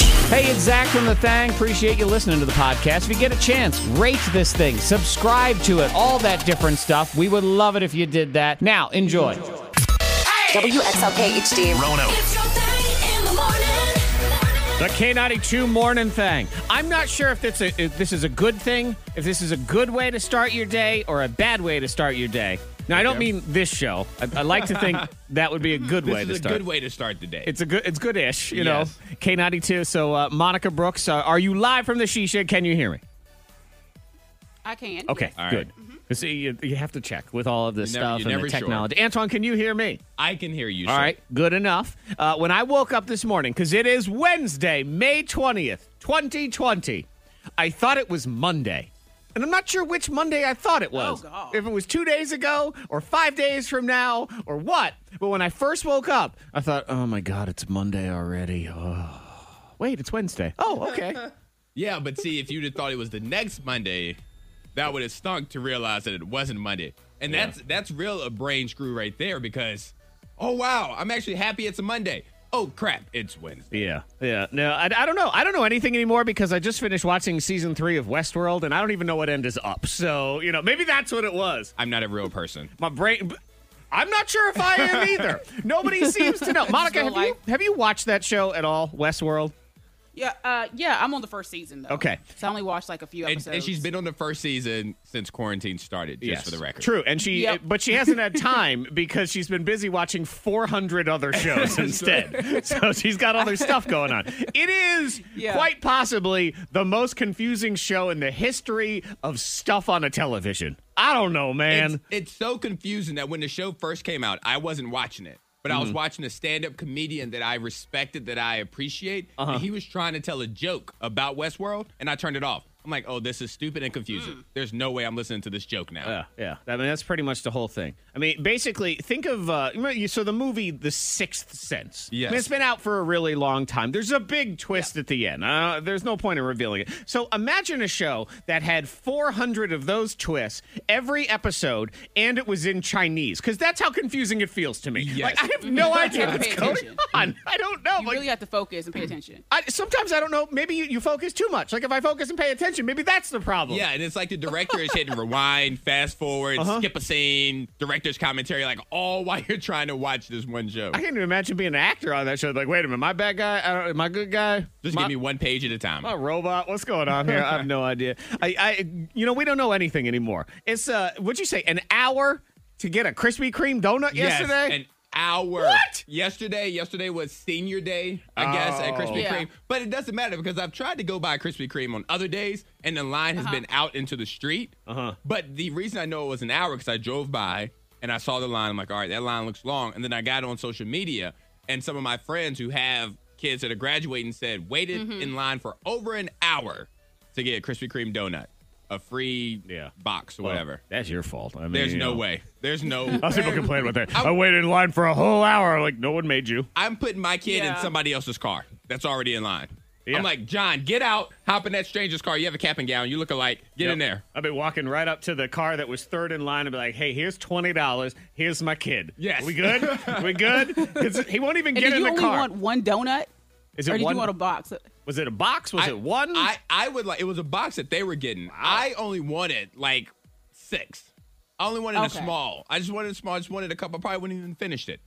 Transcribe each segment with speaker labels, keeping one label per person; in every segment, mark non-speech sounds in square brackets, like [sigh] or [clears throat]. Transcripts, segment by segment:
Speaker 1: Hey, it's Zach from The Thang. Appreciate you listening to the podcast. If you get a chance, rate this thing, subscribe to it, all that different stuff. We would love it if you did that. Now, enjoy.
Speaker 2: WXLK HD.
Speaker 3: Rono.
Speaker 4: It's your thing in the morning.
Speaker 1: The K92 Morning Thang. I'm not sure if, it's a, if this is a good thing, if this is a good way to start your day, or a bad way to start your day. Now, I don't mean this show. I, I like to [laughs] think that would be a good
Speaker 3: This
Speaker 1: way
Speaker 3: is
Speaker 1: to
Speaker 3: a
Speaker 1: start.
Speaker 3: good way to start the day.
Speaker 1: It's a good. It's good-ish, you know.
Speaker 3: Yes.
Speaker 1: K ninety two. So uh, Monica Brooks, uh, are you live from the shisha? Can you hear me?
Speaker 5: I can. Mm-hmm.
Speaker 1: Okay,
Speaker 3: All right.
Speaker 1: good. 'Cause See, you, you have to check with all of this
Speaker 3: You're never-
Speaker 1: stuff
Speaker 3: you're
Speaker 1: and the
Speaker 3: never sure.
Speaker 1: technology. Antoine, can you hear me?
Speaker 3: I can hear you.
Speaker 1: All right, good enough. Uh, when I woke up this morning, because it is Wednesday, May twentieth, twenty twenty, I thought it was Monday, and I'm not sure which Monday I thought it was.
Speaker 5: God.
Speaker 1: If it was two days ago or five days from now or what. But when I first woke up, I thought, "Oh my God, it's Monday already." [sighs] Oh. Wait, it's Wednesday. Oh, okay.
Speaker 3: Yeah, but see, if you'd have thought it was the next Monday, that would have stunk to realize that it wasn't Monday. And that's that's real a brain screw right there because, oh wow, I'm actually happy it's a Monday. Oh crap, it's Wednesday.
Speaker 1: Yeah, yeah. No, I, I don't know. I don't know anything anymore because I just finished watching season three of Westworld, and I don't even know what end is up. So you know, maybe that's what it was.
Speaker 3: I'm not a real person.
Speaker 1: My brain. I'm not sure if I
Speaker 5: [laughs]
Speaker 1: am either. Nobody seems to know. Monica,
Speaker 5: real
Speaker 1: have you,
Speaker 5: life.
Speaker 1: have you watched that show at all, Westworld?
Speaker 5: Yeah, uh, yeah, I'm on the first season though.
Speaker 1: Okay.
Speaker 5: So I only watched like a few
Speaker 3: And,
Speaker 5: episodes.
Speaker 3: and she's been on the first season since quarantine started, just for the record.
Speaker 1: True, and she, eh,
Speaker 5: Yep.
Speaker 1: but she hasn't had time because she's been busy watching 400 other
Speaker 5: [laughs]
Speaker 1: shows instead. so she's got other stuff going on. It is
Speaker 5: Yeah.
Speaker 1: quite possibly the most confusing show in the history of stuff on a television. I don't know, man.
Speaker 3: It's, it's so confusing that when the show first came out, I wasn't watching it, but I was
Speaker 1: Mm-hmm.
Speaker 3: watching a stand-up comedian that I respected, that I appreciate,
Speaker 1: Uh-huh.
Speaker 3: and he was trying to tell a joke about Westworld, and I turned it off. I'm like, oh, this is stupid and confusing. There's no way I'm listening to this joke now.
Speaker 1: Yeah, yeah. I mean, that's pretty much the whole thing. I mean, basically, think of uh, remember you so the movie The Sixth Sense. I mean,
Speaker 3: Yes.
Speaker 1: it's been out for a really long time. There's a big twist at the end. Uh, there's no point in revealing it. So imagine a show that had 400 of those twists every episode, and it was in Chinese because that's how confusing it feels to me.
Speaker 3: Yes.
Speaker 1: Like I have
Speaker 5: [laughs]
Speaker 1: no idea
Speaker 5: gotta
Speaker 1: what's
Speaker 5: pay
Speaker 1: going
Speaker 5: attention.
Speaker 1: on. I don't know.
Speaker 5: you
Speaker 1: Like, Mm.
Speaker 5: really have to focus and pay attention.
Speaker 1: I, sometimes I don't know. Maybe you, you focus too much. Like if I focus and pay attention, maybe that's the problem.
Speaker 3: Yeah, and it's like the director is hitting rewind, fast forward,
Speaker 1: Uh-huh.
Speaker 3: skip a scene, director's commentary, like all [laughs] while you're trying to watch this one show.
Speaker 1: I can't even imagine being an actor on that show. Like, wait a minute, my bad guy, I don't, am I good guy?
Speaker 3: Just
Speaker 1: my,
Speaker 3: give me one page at a time.
Speaker 1: my robot. What's going on here? I have
Speaker 3: [laughs]
Speaker 1: no idea. I, I, you know, we don't know anything anymore. It's uh, what'd you say? An hour to get a Krispy Kreme donut
Speaker 3: Yes,
Speaker 1: yesterday?
Speaker 3: An hour.
Speaker 1: What?
Speaker 3: Yesterday, yesterday was senior day, I guess, at Krispy
Speaker 1: Oh.
Speaker 5: Yeah.
Speaker 3: Kreme. But it doesn't matter because I've tried to go buy Krispy Kreme on other days, and the line
Speaker 1: Uh-huh.
Speaker 3: has been out into the street. Uh-huh. But the reason I know it was an hour because I drove by and I saw the line. I'm like, all right, that line looks long. And then I got on social media, and some of my friends who have kids that are graduating said waited
Speaker 1: Mm-hmm.
Speaker 3: in line for over an hour to get a Krispy Kreme donut, a free
Speaker 1: Yeah.
Speaker 3: box or
Speaker 1: Well,
Speaker 3: whatever.
Speaker 1: That's your fault. I mean,
Speaker 3: There's
Speaker 1: you
Speaker 3: no
Speaker 1: know.
Speaker 3: way. There's
Speaker 1: [laughs]
Speaker 3: no.
Speaker 1: Those people complain about that. I waited in line for a whole hour. Like no one made you.
Speaker 3: I'm putting my kid in
Speaker 5: Yeah.
Speaker 3: somebody else's car that's already in line.
Speaker 1: Yeah.
Speaker 3: I'm like, John, get out, hop in that stranger's car. You have a cap and gown. You look alike. Get in
Speaker 1: Yep.
Speaker 3: there.
Speaker 1: I've been walking right up to the car that was third in line and be like, "Hey, here's twenty dollars. Here's my kid.
Speaker 3: Yes.
Speaker 1: we
Speaker 3: [laughs]
Speaker 1: good? we good? 'Cause He won't even
Speaker 5: And
Speaker 1: get in
Speaker 5: did you
Speaker 1: the
Speaker 5: only
Speaker 1: car.
Speaker 5: want one donut?
Speaker 1: Is
Speaker 5: or
Speaker 1: it
Speaker 5: did
Speaker 1: one?
Speaker 5: you want a box?
Speaker 1: was it a box? Was it one?
Speaker 3: I, I would like, it was a box that they were getting. I only wanted like six. I only wanted
Speaker 5: Okay.
Speaker 3: a small. I just wanted a small. I just wanted a couple. I probably wouldn't even finished it.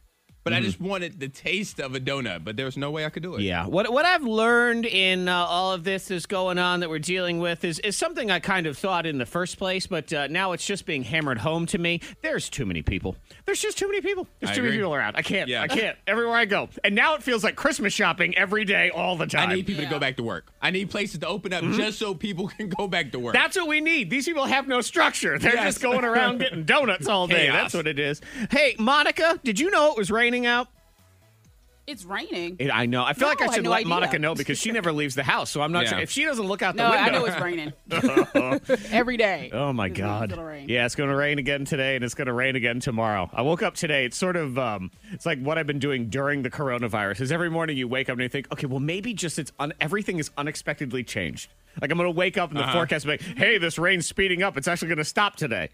Speaker 3: But I just wanted the taste of a donut, but there was no way I could do it.
Speaker 1: Mm-hmm. Yeah. What what I've learned in uh, all of this that's going on that we're dealing with is is something I kind of thought in the first place, but uh, now it's just being hammered home to me. There's too many people. There's just too many people. There's
Speaker 3: I
Speaker 1: too many
Speaker 3: agree.
Speaker 1: people around. I can't.
Speaker 3: Yeah.
Speaker 1: I can't. Everywhere I go, and now it feels like Christmas shopping every day, all the
Speaker 3: I
Speaker 1: time.
Speaker 3: need people to go back to work. I need places to open up
Speaker 1: Mm-hmm.
Speaker 3: just so people [laughs] can go back to work.
Speaker 1: That's what we need. These people have no structure. They're
Speaker 3: Yes.
Speaker 1: just going around getting donuts all day.
Speaker 3: [laughs] Chaos.
Speaker 1: That's what it is. Hey, Monica, did you know it was raining out?
Speaker 5: It's raining.
Speaker 1: It- I know. I feel
Speaker 5: No,
Speaker 1: like I
Speaker 5: I
Speaker 1: should
Speaker 5: had no
Speaker 1: let
Speaker 5: idea.
Speaker 1: Monica know because she never leaves the house. So I'm not
Speaker 3: Yeah.
Speaker 1: sure if she doesn't look out the
Speaker 5: no,
Speaker 1: window.
Speaker 5: I know it's raining. Every day.
Speaker 1: [laughs] Oh my
Speaker 5: It's- it's
Speaker 1: god!
Speaker 5: gonna rain.
Speaker 1: Yeah, it's going to rain again today, and it's going to rain again tomorrow. I woke up today. It's sort of um, it's like what I've been doing during the coronavirus. Is every morning you wake up and you think, okay, well maybe just it's un- everything is unexpectedly Uh-huh. changed. Like I'm going to wake up and the forecast be like, hey, this rain's speeding up. It's actually going to stop today.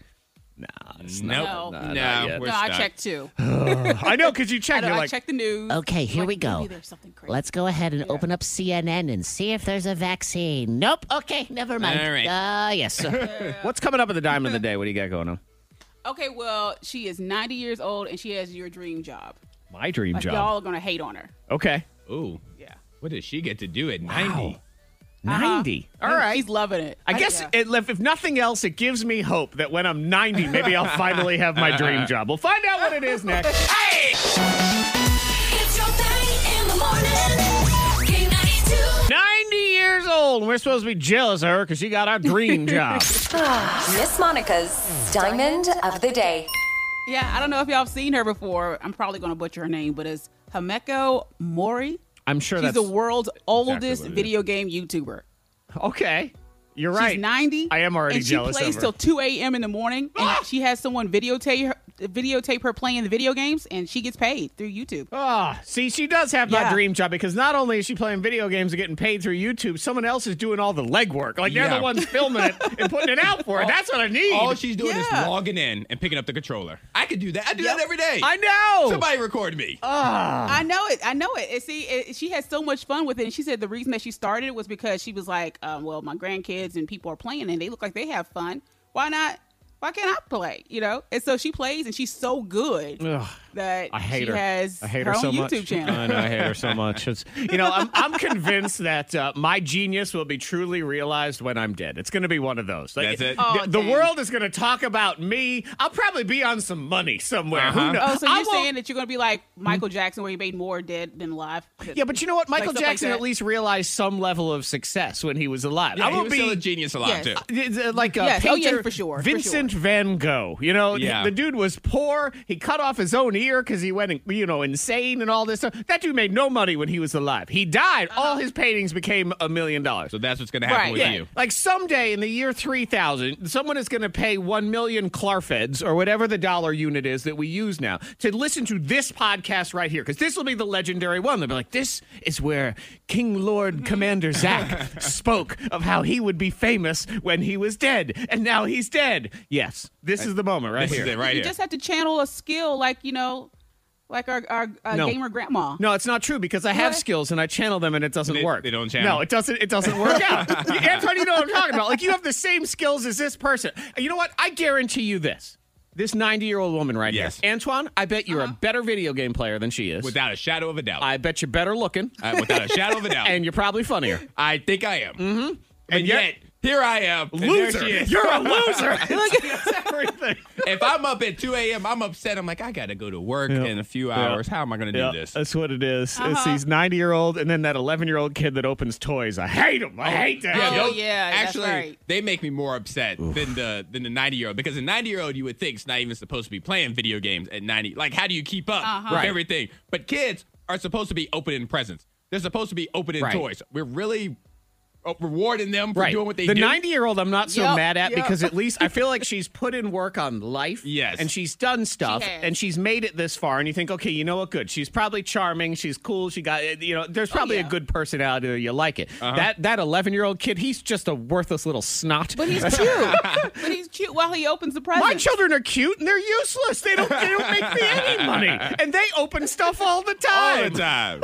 Speaker 1: Nah, it's
Speaker 3: Nope.
Speaker 5: No.
Speaker 3: no,
Speaker 5: No,
Speaker 1: not
Speaker 3: we're
Speaker 5: no, I
Speaker 3: stuck.
Speaker 1: [laughs]
Speaker 5: checked too.
Speaker 1: not. I know
Speaker 5: [laughs]
Speaker 1: because you
Speaker 5: I,
Speaker 1: check.
Speaker 5: don't-
Speaker 1: You're
Speaker 5: I
Speaker 1: like,
Speaker 5: checked the news.
Speaker 6: Okay, here
Speaker 5: Like,
Speaker 6: we go.
Speaker 5: maybe there's something crazy.
Speaker 6: Let's go ahead and open up CNN and see if there's a vaccine. Nope. Okay, never mind.
Speaker 3: All right.
Speaker 6: Uh, yes.
Speaker 1: what's coming up at the dime of the day? What do you got going on?
Speaker 5: Okay, well, she is 90 years old and she has your dream job.
Speaker 1: My dream
Speaker 5: Like,
Speaker 1: job.
Speaker 5: y'all are gonna hate on her.
Speaker 1: Okay,
Speaker 3: Ooh.
Speaker 5: Yeah.
Speaker 3: What does she get to do at 90?
Speaker 5: Uh-huh.
Speaker 1: 90. All right.
Speaker 5: She's loving it.
Speaker 1: I guess
Speaker 5: Uh, Yeah.
Speaker 1: it, if if nothing else, it gives me hope that when I'm 90, maybe I'll finally have my dream job. We'll find out what it is
Speaker 5: [laughs]
Speaker 1: next.
Speaker 4: It's your thing in the morning. K92.
Speaker 1: 90 years old, and we're supposed to be jealous of her because she got our
Speaker 5: [laughs]
Speaker 1: dream job.
Speaker 2: [sighs] Miss Monica's Diamond of the Day.
Speaker 5: Yeah, I don't know if y'all have seen her before. I'm probably gonna butcher her name, but it's Hameko Mori.
Speaker 1: I'm sure
Speaker 5: She's
Speaker 1: that's
Speaker 5: the world's oldest
Speaker 3: what it is.
Speaker 5: video game YouTuber.
Speaker 1: okay. You're right.
Speaker 5: She's 90.
Speaker 1: I am already
Speaker 5: and
Speaker 1: jealous.
Speaker 5: She plays
Speaker 1: of her. Ah!
Speaker 5: till 2 a.m. in the morning, and she has someone videotape her, videotape her playing the video games, and she gets paid through YouTube.
Speaker 1: Ah, see, she does have that
Speaker 5: Yeah.
Speaker 1: dream job because not only is she playing video games and getting paid through YouTube, someone else is doing all the legwork. Like they're
Speaker 3: Yeah.
Speaker 1: the ones filming it and putting it out
Speaker 5: [laughs]
Speaker 1: for it. That's
Speaker 5: Oh,
Speaker 1: what I need.
Speaker 3: All she's doing
Speaker 5: Yeah.
Speaker 3: is logging in and picking up the controller. I could do that. I do
Speaker 5: Yep.
Speaker 3: that every day.
Speaker 1: I know.
Speaker 3: Somebody record me.
Speaker 5: I know it. I know it. And see, it, she had so much fun with it. And she said the reason that she started was because she was like, um, well, my grandkids and people are playing and they look like they have fun. Why not? Why can't I play? You know? And so she plays and she's so good
Speaker 1: Ugh.
Speaker 5: that
Speaker 1: I hate
Speaker 5: she
Speaker 1: her.
Speaker 5: has
Speaker 1: I hate
Speaker 5: her,
Speaker 1: her,
Speaker 5: own
Speaker 1: so
Speaker 5: YouTube
Speaker 1: much.
Speaker 5: channel.
Speaker 1: I know I hate her so much. It's, you know, I'm, I'm convinced that uh, my genius will be truly realized when I'm dead. It's going to be one of those.
Speaker 3: That's it?
Speaker 1: The,
Speaker 5: Oh,
Speaker 1: the
Speaker 5: dang.
Speaker 1: world is going to talk about me. I'll probably be on some money somewhere. Who
Speaker 3: Uh-huh.
Speaker 1: knows?
Speaker 5: Oh, [laughs] so
Speaker 1: I
Speaker 5: you're
Speaker 1: won't-
Speaker 5: saying that you're going to be like Michael Jackson, where he made more dead than alive?
Speaker 1: Yeah, but you know what? Michael
Speaker 5: stuff like
Speaker 1: Jackson
Speaker 5: that.
Speaker 1: at least realized some level of success when he was alive.
Speaker 3: Yeah,
Speaker 1: I
Speaker 3: he
Speaker 1: won't
Speaker 3: was
Speaker 1: be
Speaker 3: still a genius alive,
Speaker 5: Yes.
Speaker 3: too.
Speaker 1: It's, uh, like a
Speaker 5: Yes. Oh, yeah,
Speaker 1: painter,
Speaker 5: for sure, for
Speaker 1: Vincent Van Gogh. You know, th-
Speaker 3: Yeah.
Speaker 1: the dude was poor. He cut off his own ear because he went, you know, insane and all this stuff. That dude made no money when he was alive. He died.
Speaker 5: Uh-huh.
Speaker 1: All his paintings became a million dollars.
Speaker 3: So that's what's going to happen
Speaker 5: Right.
Speaker 3: with
Speaker 5: Yeah.
Speaker 3: you.
Speaker 1: Like someday in the year 3000, someone is going to pay 1 million clarfeds or whatever the dollar unit is that we use now to listen to this podcast right here because this will be the legendary one. They'll be like, this is where King Lord Commander
Speaker 3: [laughs]
Speaker 1: Zack spoke of how he would be famous when he was dead and now he's dead. Yes, this is the moment right
Speaker 3: This
Speaker 1: here.
Speaker 3: is it right
Speaker 5: you
Speaker 3: here.
Speaker 5: just have to channel a skill like, you know, like our, our uh,
Speaker 1: No.
Speaker 5: gamer grandma.
Speaker 1: No, it's not true because I have
Speaker 5: What?
Speaker 1: skills and I channel them and it doesn't
Speaker 3: They-
Speaker 1: work.
Speaker 3: they don't channel?
Speaker 1: No, it doesn't. It doesn't work out. [laughs] You- Anton, you know what I'm talking about. Like you have the same skills as this person. And You know what? I guarantee you this. This 90 year old woman right
Speaker 3: Yes.
Speaker 1: here, Antoine. I bet you're a better video game player than she is.
Speaker 3: Without a shadow of a doubt.
Speaker 1: I bet you're better looking,
Speaker 3: Uh, without a shadow of a doubt.
Speaker 1: and you're probably funnier.
Speaker 3: I think I am. Mm-hmm.
Speaker 1: And
Speaker 3: And
Speaker 1: yet-
Speaker 3: yet, here I am. and there
Speaker 1: loser.
Speaker 3: she is.
Speaker 1: You're a
Speaker 3: [laughs]
Speaker 1: loser. It's everything.
Speaker 3: if I'm up at 2 a.m., I'm upset. I'm like, I got to go to work in a few hours. How am I going to
Speaker 1: Yeah,
Speaker 3: do this?
Speaker 1: That's what it is. It's these 90 year old and then that 11 year old kid that opens toys. I hate him. I hate that.
Speaker 5: Yeah,
Speaker 1: kid.
Speaker 5: Oh, yeah, that's
Speaker 3: actually,
Speaker 5: right.
Speaker 3: they make me more upset than the than the ninety year old because a ninety year old you would think is not even supposed to be playing video games at ninety. Like, how do you keep up
Speaker 5: Uh-huh.
Speaker 3: with
Speaker 1: Right.
Speaker 3: everything? But kids are supposed to be opening presents. They're supposed to be opening
Speaker 1: Right.
Speaker 3: toys. We're really uh, rewarding them for doing what they
Speaker 1: the
Speaker 3: do.
Speaker 1: 90 year old, I'm not so
Speaker 5: Yep,
Speaker 1: mad at
Speaker 5: yep.
Speaker 1: because at least I feel
Speaker 5: [laughs]
Speaker 1: like she's put in work on life.
Speaker 3: Yes.
Speaker 1: And she's done stuff
Speaker 5: has.
Speaker 1: and she's made it this far. And you think, okay, you know what? Good. She's probably charming. She's cool. She got, eh, you know, there's probably
Speaker 5: Oh, yeah.
Speaker 1: a good personality there. You like it.
Speaker 3: Uh-huh.
Speaker 1: That That 11 year old kid, he's just a worthless little snot. [laughs]
Speaker 5: But he's cute. but he's cute while he opens the present.
Speaker 1: My children are cute and they're useless. They don't, they don't make me any
Speaker 3: [laughs]
Speaker 1: money. And they open stuff all the time.
Speaker 3: all [laughs] the time.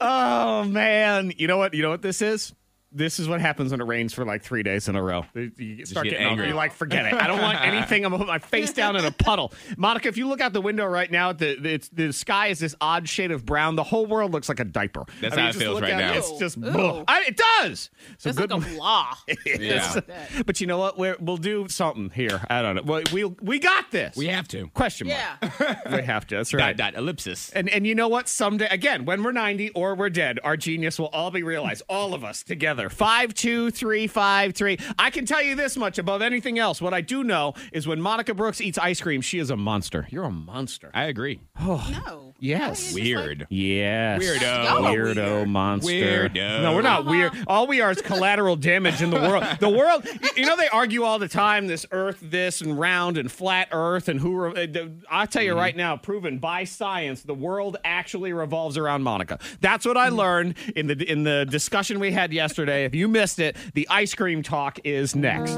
Speaker 1: Oh man, you know what? You know what this is? This is what happens when it rains for like three days in a row. You- You start
Speaker 3: get
Speaker 1: getting angry.
Speaker 3: angry.
Speaker 1: You're like, forget it. I don't want anything. I'm gonna put my face down in a puddle. Monica, if you look out the window right now, the the, it's, the sky is this odd shade of brown. The whole world looks like a diaper.
Speaker 3: That's
Speaker 1: I mean, you
Speaker 3: how it
Speaker 1: just
Speaker 3: feels
Speaker 1: look
Speaker 3: right
Speaker 1: out,
Speaker 3: now.
Speaker 1: It's just
Speaker 5: Ew.
Speaker 1: ugh. I- it does. So
Speaker 5: That's
Speaker 1: good. uh,
Speaker 5: like a
Speaker 1: [laughs]
Speaker 5: blah.
Speaker 3: Yeah.
Speaker 1: but you know what? We're, we'll do something here. I don't know. We we'll, we got this.
Speaker 3: We have to.
Speaker 1: question mark.
Speaker 5: yeah.
Speaker 1: We have to. That's right.
Speaker 3: [laughs] Dot dot ellipsis.
Speaker 1: And and you know what? Someday again, when we're ninety or we're dead, our genius will all be realized. All of us together. Five, two, three, five, three. I can tell you this much above anything else. What I do know is when Monica Brooks eats ice cream, she is a monster. You're a monster.
Speaker 3: I agree.
Speaker 1: [laughs]
Speaker 5: No.
Speaker 1: Yes.
Speaker 5: Why you just, like,
Speaker 3: Weird.
Speaker 1: Yes.
Speaker 3: Weirdo.
Speaker 5: Y'all are
Speaker 1: Weirdo
Speaker 5: weird.
Speaker 1: monster.
Speaker 3: Weirdo.
Speaker 1: No, we're not weird. All we are is collateral damage in the world. The world, y- you know, they argue all the time this earth, this, and round, and flat earth, and who. Re- uh, the- I'll tell you right now, proven by science, the world actually revolves around Monica. That's what I learned in the in the discussion we had yesterday. If you missed it, the ice cream talk is next.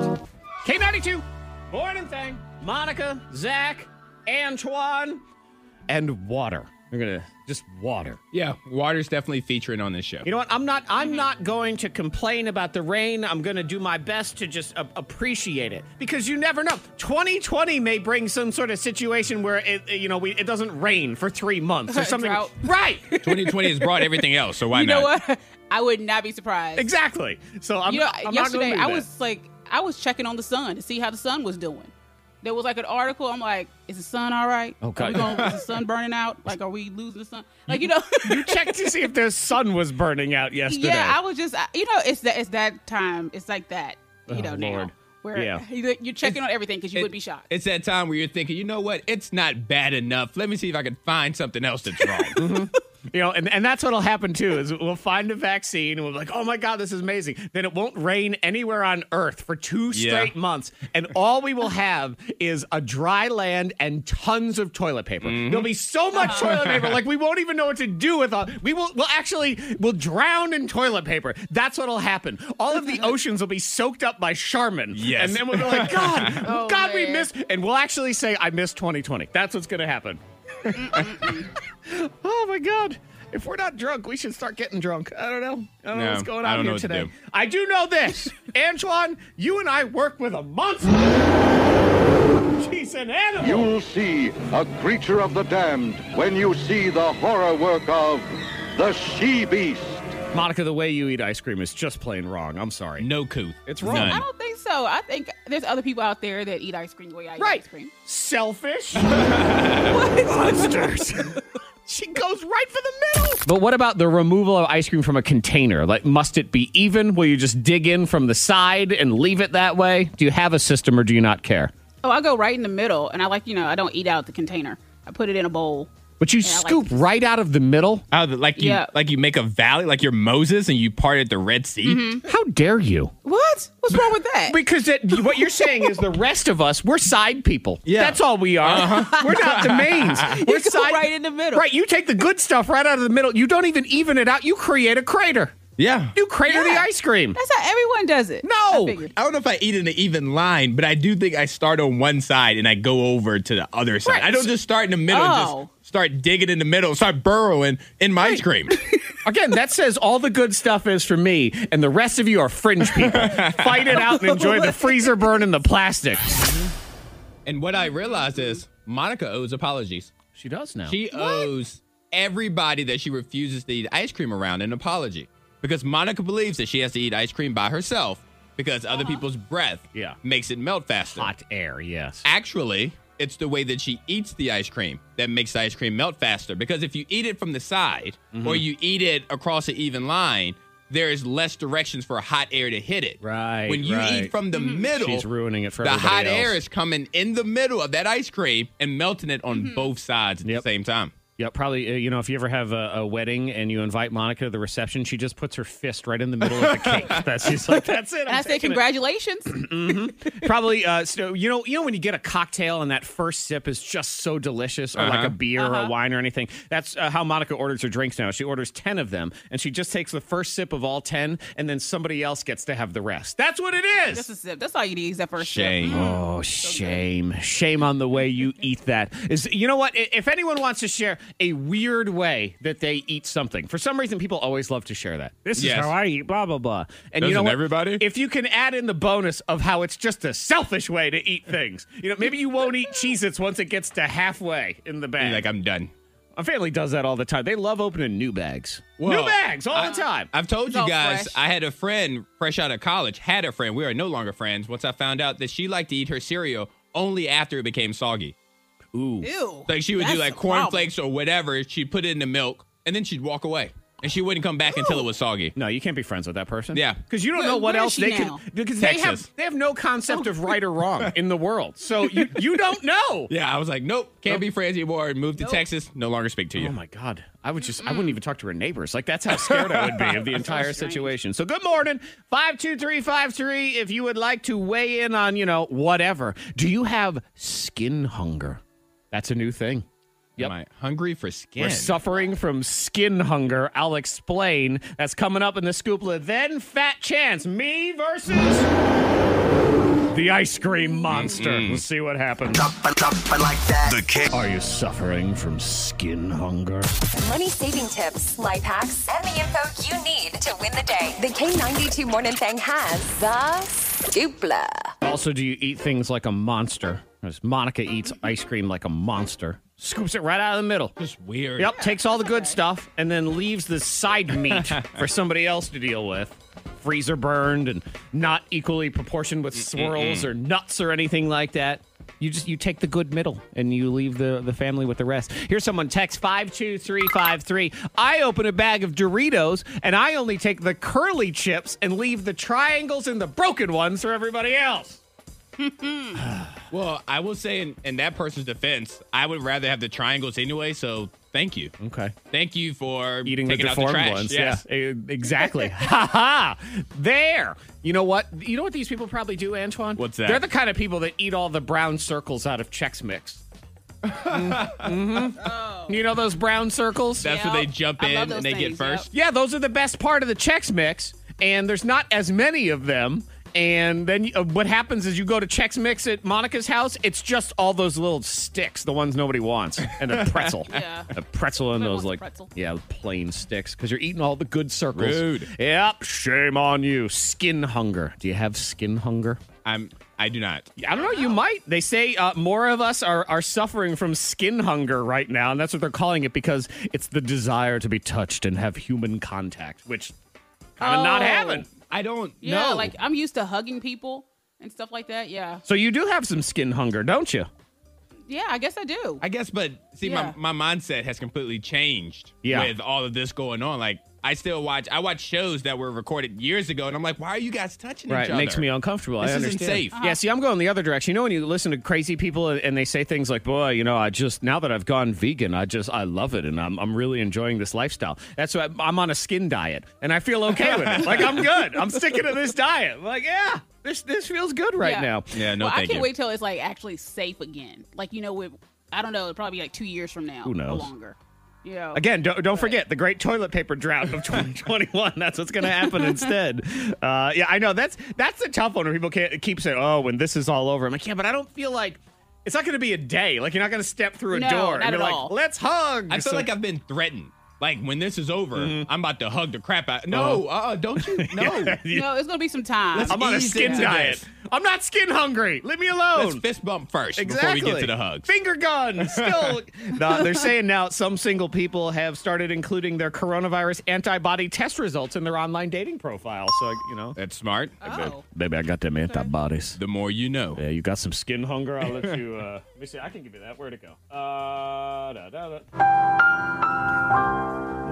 Speaker 1: K92. Morning thing. Monica, Zach, Antoine, and water. We're gonna just water.
Speaker 3: Yeah, water's definitely featuring on this show.
Speaker 1: You know what? I'm not. I'm
Speaker 5: Mm-hmm.
Speaker 1: not going to complain about the rain. I'm going to do my best to just a- appreciate it because you never know. 2020 may bring some sort of situation where it, it- you know, we, it doesn't rain for three months or
Speaker 5: [laughs]
Speaker 1: something.
Speaker 5: Drought.
Speaker 1: Right?
Speaker 3: 2020 has brought everything else, so why
Speaker 5: You
Speaker 3: not?
Speaker 5: know what? [laughs] I would not be surprised.
Speaker 1: exactly. So I'm.
Speaker 5: you know,
Speaker 1: I'm not
Speaker 5: yesterday
Speaker 1: gonna do
Speaker 5: I
Speaker 1: that.
Speaker 5: was like, I was checking on the sun to see how the sun was doing. There was like an article. I'm like, is the sun all right?
Speaker 1: Oh,
Speaker 5: Are
Speaker 1: God.
Speaker 5: we gonna- is the
Speaker 1: [laughs]
Speaker 5: sun burning out? Like, are we losing the sun? Like, you know.
Speaker 1: Check to see if the sun was burning out yesterday.
Speaker 5: [laughs] Yeah, I was just, I- you know, it's that it's that time. It's like that, you
Speaker 1: Oh,
Speaker 5: know,
Speaker 1: Lord.
Speaker 5: now where
Speaker 1: Yeah.
Speaker 5: [laughs] you're, you're checking on everything because you
Speaker 3: It-
Speaker 5: would be shocked.
Speaker 3: It's that time where you're thinking, you know what? It's not bad enough. Let me see if I can find something else that's
Speaker 5: [laughs] Mm-hmm.
Speaker 3: wrong.
Speaker 1: You know, and, and that's what'll happen too is we'll find a vaccine and we'll be like, oh my God, this is amazing. Then it won't rain anywhere on Earth for two
Speaker 3: Yeah.
Speaker 1: straight months. And all we will have is a dry land and tons of toilet paper. There'll be so much toilet paper, like we won't even know what to do with all we will we'll actually we'll drown in toilet paper. That's what'll happen. All of the oceans will be soaked up by Charmin.
Speaker 3: Yes.
Speaker 1: And then we'll be like, God,
Speaker 5: Oh,
Speaker 1: God, we
Speaker 5: man.
Speaker 1: missed and we'll actually say I missed 2020. That's what's gonna happen. Oh my god. If we're not drunk, we should start getting drunk. I don't know. I don't know
Speaker 3: No,
Speaker 1: what's going
Speaker 3: I
Speaker 1: on
Speaker 3: don't know
Speaker 1: here
Speaker 3: what to
Speaker 1: today.
Speaker 3: do.
Speaker 1: I do know this. [laughs] Antoine, you and I work with a monster. She's an animal.
Speaker 7: You'll see a creature of the damned when you see the horror work of the she beast.
Speaker 1: Monica, the way you eat ice cream is just plain wrong. I'm sorry.
Speaker 3: no couth.
Speaker 1: It's wrong.
Speaker 5: I
Speaker 3: None.
Speaker 5: don't think so. I think there's other people out there that eat ice cream the way I eat
Speaker 1: Right.
Speaker 5: ice cream.
Speaker 1: Selfish. [laughs] Monsters. she goes right for the middle. But what about the removal of ice cream from a container? Like, must it be even? Will you just dig in from the side and leave it that way? Do you have a system or do you not care?
Speaker 5: Oh, I go right in the middle, and I like, you know, I don't eat out the container. I put it in a bowl.
Speaker 1: But you
Speaker 5: I like
Speaker 1: scoop right out of the middle?
Speaker 3: Oh, the- like you,
Speaker 5: Yeah.
Speaker 3: like you make a valley, like you're Moses, and you parted the Red Sea.
Speaker 5: Mm-hmm.
Speaker 1: How dare you?
Speaker 5: What? What's wrong with
Speaker 3: [laughs]
Speaker 5: that?
Speaker 1: Because it, what you're saying is the rest of us, we're side people.
Speaker 3: Yeah.
Speaker 1: That's all we are. [laughs] We're not the mains. We're
Speaker 5: go right in the middle.
Speaker 1: Uh-huh. Right. You take the good stuff right out of the middle. You don't even even it out. You create a crater.
Speaker 3: Yeah.
Speaker 1: You crater the
Speaker 5: Yeah.
Speaker 1: ice cream. [laughs]
Speaker 5: That's how everyone does it.
Speaker 1: No.
Speaker 5: I figured.
Speaker 3: I don't know if I eat in an even line, but I do think I start on one side and I go over to the other side.
Speaker 1: Right.
Speaker 3: I don't just start in the middle and
Speaker 5: Oh.
Speaker 3: just start digging in the middle, start burrowing in my ice
Speaker 5: [laughs]
Speaker 3: cream.
Speaker 1: Again, that says all the good stuff is for me, and the rest of you are fringe people. Fight it out and enjoy [laughs] the freezer burn and the plastic.
Speaker 3: and what I realized is Monica owes apologies.
Speaker 1: She does now.
Speaker 3: She owes everybody that she refuses to eat ice cream around an apology because Monica believes that she has to eat ice cream by herself because other people's breath
Speaker 1: Uh-huh. Yeah.
Speaker 3: makes it melt faster.
Speaker 1: Hot air, yes.
Speaker 3: Actually, it's the way that she eats the ice cream that makes the ice cream melt faster. Because if you eat it from the side
Speaker 1: Mm-hmm.
Speaker 3: or you eat it across an even line, there is less directions for hot air to hit it.
Speaker 1: Right,
Speaker 3: When you
Speaker 1: right.
Speaker 3: eat from the middle,
Speaker 1: She's ruining it for
Speaker 3: the
Speaker 1: everybody
Speaker 3: hot air
Speaker 1: else.
Speaker 3: is coming in the middle of that ice cream and melting it on both sides at
Speaker 1: Yep.
Speaker 3: the same time.
Speaker 1: Yeah, probably. Uh, you know, if you ever have a, a wedding and you invite Monica to the reception, she just puts her fist right in the middle of the cake. That's she's like, that's it. I'm
Speaker 5: And I say
Speaker 1: taking it."
Speaker 3: [clears throat]
Speaker 5: congratulations.
Speaker 1: Probably. Uh, so, you know, you know when you get a cocktail and that first sip is just so delicious, or like a beer or a wine or anything. That's uh, how Monica orders her drinks now. She orders ten of them, and she just takes the first sip of all ten, and then somebody else gets to have the rest. That's what it is.
Speaker 5: That's a sip. That's all you need is that first
Speaker 3: Shame.
Speaker 5: sip.
Speaker 1: Oh, shame. Shame on the way you eat that. Is you know what? I- If anyone wants to share a weird way that they eat something, for some reason people always love to share that. This
Speaker 3: Yes.
Speaker 1: is how I eat, blah blah blah. And you know
Speaker 3: Doesn't
Speaker 1: what?
Speaker 3: everybody?
Speaker 1: If you can add in the bonus of how it's just a selfish way to eat things. You know, maybe you won't eat Cheez Its once it gets to halfway in the bag.
Speaker 3: Like, I'm done.
Speaker 1: My family does that all the time. They love opening new bags.
Speaker 3: Whoa.
Speaker 1: new bags all
Speaker 3: I-
Speaker 1: the time.
Speaker 3: I've told you
Speaker 5: all
Speaker 3: guys,
Speaker 5: fresh.
Speaker 3: I had a friend fresh out of college, had a friend. We are no longer friends. Once I found out that she liked to eat her cereal only after it became soggy.
Speaker 1: Ooh.
Speaker 5: Ew.
Speaker 3: Like she would
Speaker 5: That's
Speaker 3: do like
Speaker 5: a problem.
Speaker 3: cornflakes or whatever. She'd put it in the milk and then she'd walk away. And she wouldn't come back until it was soggy.
Speaker 1: No, you can't be friends with that person.
Speaker 3: Yeah.
Speaker 1: because you don't
Speaker 5: Where-
Speaker 1: know what
Speaker 5: where is
Speaker 1: else
Speaker 5: she
Speaker 1: they
Speaker 5: now?
Speaker 1: can. Because they
Speaker 3: Texas.
Speaker 1: have they have no concept of right or
Speaker 3: [laughs]
Speaker 1: wrong in the world, so you you don't know.
Speaker 3: Yeah, I was like, nope, can't be friends anymore. Moved to Texas, no longer speak to you.
Speaker 1: Oh my God! I would just I wouldn't even talk to her neighbors. Like that's how scared I would
Speaker 3: [laughs]
Speaker 1: be of the entire situation. So good morning, five two three five three. If you would like to weigh in on you know whatever, do you have skin hunger? That's a new thing.
Speaker 3: Am I hungry for skin?
Speaker 1: We're suffering from skin hunger. I'll explain. That's coming up in the scoopla. Then Fat Chance, me versus the ice cream monster. We'll see what happens.
Speaker 8: The K.
Speaker 1: Are you suffering from skin hunger?
Speaker 2: Money saving tips, life hacks, and the info you need to win the day. The K92 Morning Thing has the dupla.
Speaker 1: Also, do you eat things like a monster? As Monica eats ice cream like a monster, scoops it right out of the middle.
Speaker 3: Just weird.
Speaker 1: Yep, takes all the good stuff and then leaves the side meat for somebody else to deal with. Freezer burned and not equally proportioned with swirls or nuts or anything like that. You just you take the good middle and you leave the, the family with the rest. Here's someone text 52353. I open a bag of Doritos and I only take the curly chips and leave the triangles and the broken ones for everybody else.
Speaker 3: Well, I will say in, in that person's defense, I would rather have the triangles anyway. So thank you.
Speaker 1: Okay.
Speaker 3: Thank you for
Speaker 1: eating
Speaker 3: taking
Speaker 1: the
Speaker 3: out the
Speaker 1: deformed
Speaker 3: trash.
Speaker 1: ones.
Speaker 3: Yes.
Speaker 1: Yeah, e- exactly. [laughs] ha ha! There. You know what? You know what these people probably do, Antoine?
Speaker 3: What's that?
Speaker 1: They're the kind of people that eat all the brown circles out of Chex
Speaker 3: [laughs]
Speaker 1: Mix. hmm You know those brown circles?
Speaker 3: That's where they
Speaker 5: Yep.
Speaker 3: jump
Speaker 5: I love
Speaker 3: in
Speaker 5: those
Speaker 3: and they get
Speaker 5: things, yep.
Speaker 3: first.
Speaker 1: yeah, those are the best part of the Chex Mix, and there's not as many of them. And then uh, what happens is you go to Chex Mix at Monica's house. It's just all those little sticks, the ones nobody wants, and
Speaker 5: [laughs]
Speaker 1: a pretzel.
Speaker 5: Yeah.
Speaker 1: a pretzel and
Speaker 5: Nobody
Speaker 1: those
Speaker 5: wants a
Speaker 1: like
Speaker 5: pretzel.
Speaker 1: yeah, plain sticks because you're eating all the good circles.
Speaker 3: Rude.
Speaker 1: Yep. Shame on you. Skin hunger. Do you have skin hunger?
Speaker 3: I'm. I do not.
Speaker 1: I don't know. You might. They say uh, more of us are, are suffering from skin hunger right now, and that's what they're calling it because it's the desire to be touched and have human contact, which I'm not
Speaker 5: Oh.
Speaker 1: having.
Speaker 3: I don't.
Speaker 5: Yeah,
Speaker 3: know.
Speaker 5: like I'm used to hugging people and stuff like that. Yeah,
Speaker 1: So you do have some skin hunger, don't you?
Speaker 5: yeah, I guess I do.
Speaker 3: I guess, but see,
Speaker 5: Yeah.
Speaker 3: my, my mindset has completely changed
Speaker 1: Yeah.
Speaker 3: with all of this going on. Like, I still watch, I watch shows that were recorded years ago, and I'm like, why are you guys touching each
Speaker 1: Right,
Speaker 3: other?
Speaker 1: it makes me uncomfortable. I
Speaker 3: This isn't
Speaker 1: understand.
Speaker 3: safe.
Speaker 1: Yeah, see, I'm going the other direction. You know, when you listen to crazy people and they say things like, "Boy, you know, I just now that I've gone vegan, I just I love it, and I'm I'm really enjoying this lifestyle." That's why I'm on a skin diet, and I feel okay with it. Like I'm good. I'm sticking to this diet. like, yeah, this this feels good right
Speaker 5: Yeah.
Speaker 1: now.
Speaker 3: Yeah, no,
Speaker 5: well, I
Speaker 3: thank
Speaker 5: can't
Speaker 3: you.
Speaker 5: wait till it's like actually safe again. Like you know, with I don't know, it'll probably be like two years from now.
Speaker 1: Who knows?
Speaker 5: Or longer. Yeah.
Speaker 1: Again, don't, don't forget the great toilet paper drought
Speaker 5: [laughs]
Speaker 1: of 2021. That's what's going to happen instead. Uh, yeah, I know that's that's the tough one where people can't keep saying, "Oh, when this is all over," I'm like, "Yeah, but I don't feel like it's not going to be a day. Like you're not going to step through a
Speaker 5: No,
Speaker 1: door
Speaker 5: not
Speaker 1: and be
Speaker 5: at
Speaker 1: like,
Speaker 5: all.
Speaker 1: let's hug."
Speaker 3: I feel
Speaker 1: So- Mm-hmm.
Speaker 3: like I've been threatened. Like, when this is over, I'm about to hug the crap out. No, uh,
Speaker 1: Uh-huh.
Speaker 3: uh
Speaker 1: [laughs]
Speaker 3: don't you? No.
Speaker 5: No, it's gonna be some time.
Speaker 3: Let's-
Speaker 1: I'm on a
Speaker 3: ease
Speaker 1: skin
Speaker 3: into
Speaker 1: diet.
Speaker 3: this.
Speaker 1: I'm not skin hungry. Leave me alone.
Speaker 3: Let's fist bump first
Speaker 1: Exactly.
Speaker 3: before we get to the hugs.
Speaker 1: Finger
Speaker 3: [laughs]
Speaker 1: guns. Still. no, they're saying now some single people have started including their coronavirus antibody test results in their online dating profile. So, you know.
Speaker 3: That's smart.
Speaker 5: oh.
Speaker 1: Baby, I got them antibodies.
Speaker 3: The more you know.
Speaker 1: Yeah, you got some skin hunger. I'll let you.
Speaker 3: [laughs]
Speaker 1: Uh, let me see. I can give you that. Where'd it go? Uh, da, da, da.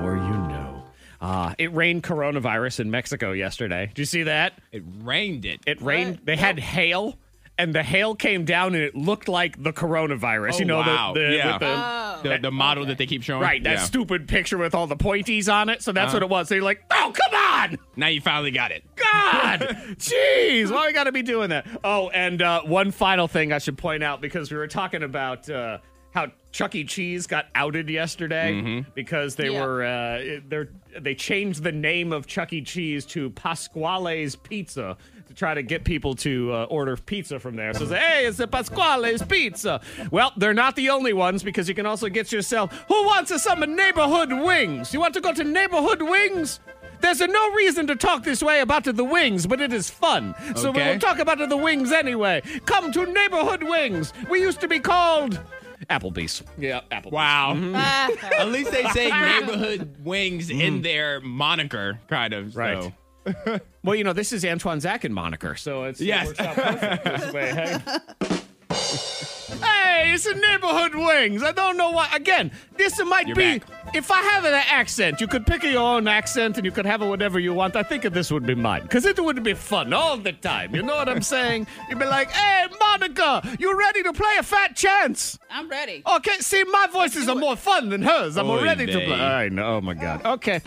Speaker 1: Or you know. Ah, it rained coronavirus in Mexico yesterday. Did you see that?
Speaker 3: It rained it.
Speaker 1: It rained. They had hail, and the hail came down, and it looked like the coronavirus.
Speaker 3: Oh,
Speaker 1: you know, the-
Speaker 3: wow.
Speaker 1: the,
Speaker 3: Yeah.
Speaker 1: with the-
Speaker 3: the, the model that they keep showing.
Speaker 1: right that
Speaker 3: Yeah. Uh-huh.
Speaker 1: stupid picture with all the pointies on it. So that's what it was. They're like, oh, come on.
Speaker 3: Now you finally got it.
Speaker 1: God, jeez, why we got to be doing that? Oh, and uh, one final thing I should point out because we were talking about uh, how Chuck E. Cheese got outed yesterday because they
Speaker 5: Yeah.
Speaker 1: were uh, they they changed the name of Chuck E. Cheese to Pasquale's Pizza to try to get people to uh, order pizza from there. So say, hey, it's the Pasquale's Pizza. Well, they're not the only ones because you can also get yourself who wants to summon neighborhood wings. You want to go to neighborhood wings? There's a no reason to talk this way about the wings, but it is fun. So
Speaker 3: Okay.
Speaker 1: we'll talk about the wings anyway. Come to neighborhood wings. We used to be called Applebee's. Yeah, Applebee's.
Speaker 3: Wow. Mm-hmm. At least they say neighborhood wings in their moniker, kind of. so.
Speaker 1: Right. [laughs] Well, you know, this is Antoine Zakin moniker, so it's
Speaker 3: Yes.
Speaker 1: it works out perfect this way.
Speaker 3: [laughs]
Speaker 1: Hey. Hey, it's the neighborhood wings. I don't know why. Again, this might
Speaker 3: You're
Speaker 1: be.
Speaker 3: back.
Speaker 1: If I have an accent, you could pick your own accent and you could have it whatever you want. I think this would be mine because it would be fun all the time. You know what I'm saying? You'd be like, hey, Monica, you ready to play a fat chance?
Speaker 5: I'm ready.
Speaker 1: Okay, see, my voices are more fun than hers. I'm
Speaker 3: Oy
Speaker 1: ready to
Speaker 3: vey.
Speaker 1: play. I know. Oh, my God. Okay.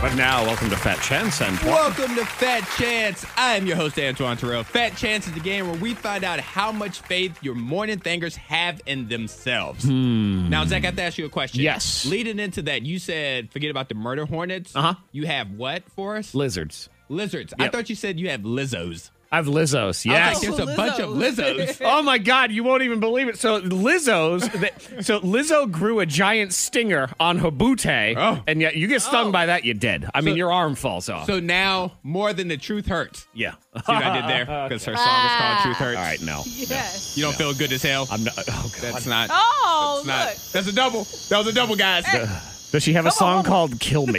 Speaker 1: But now, welcome to Fat Chance and
Speaker 3: Welcome to Fat Chance. I am your host, Antoine Terrell. Fat Chance is the game where we find out how much faith your morning thangers have in themselves. Now, Zach, I have to ask you a question.
Speaker 1: Yes.
Speaker 3: Leading into that, you said forget about the murder hornets.
Speaker 1: Uh-huh.
Speaker 3: You have what for us?
Speaker 9: Lizards.
Speaker 3: Lizards. I
Speaker 1: Yep.
Speaker 3: thought you said you have Lizzos.
Speaker 9: I have Lizzos.
Speaker 3: I
Speaker 9: Yes.
Speaker 3: [laughs] was like, there's a bunch of
Speaker 5: Lizzos. [laughs]
Speaker 3: Lizzos.
Speaker 1: Oh my God, you won't even believe it. So
Speaker 3: [laughs]
Speaker 1: Lizzo's, th- so Lizzo grew a giant stinger on her bootay,
Speaker 3: Oh.
Speaker 1: and yet you get stung by that, you're dead. I mean,
Speaker 3: So-
Speaker 1: your arm falls off.
Speaker 3: so now, more than the truth hurts. [laughs]
Speaker 1: yeah.
Speaker 3: See what I did
Speaker 5: [laughs]
Speaker 3: there? Because her song is called Truth Hurts.
Speaker 1: All right, no.
Speaker 5: Yes.
Speaker 3: You don't feel good as hell.
Speaker 1: I'm not. Oh God.
Speaker 3: That's not.
Speaker 5: Oh,
Speaker 3: That's
Speaker 5: look.
Speaker 3: not. That's a double. That was a double, guys.
Speaker 1: Does she have a
Speaker 5: Come
Speaker 1: song
Speaker 5: on, come on.
Speaker 1: called "Kill
Speaker 3: [laughs]
Speaker 1: Me"?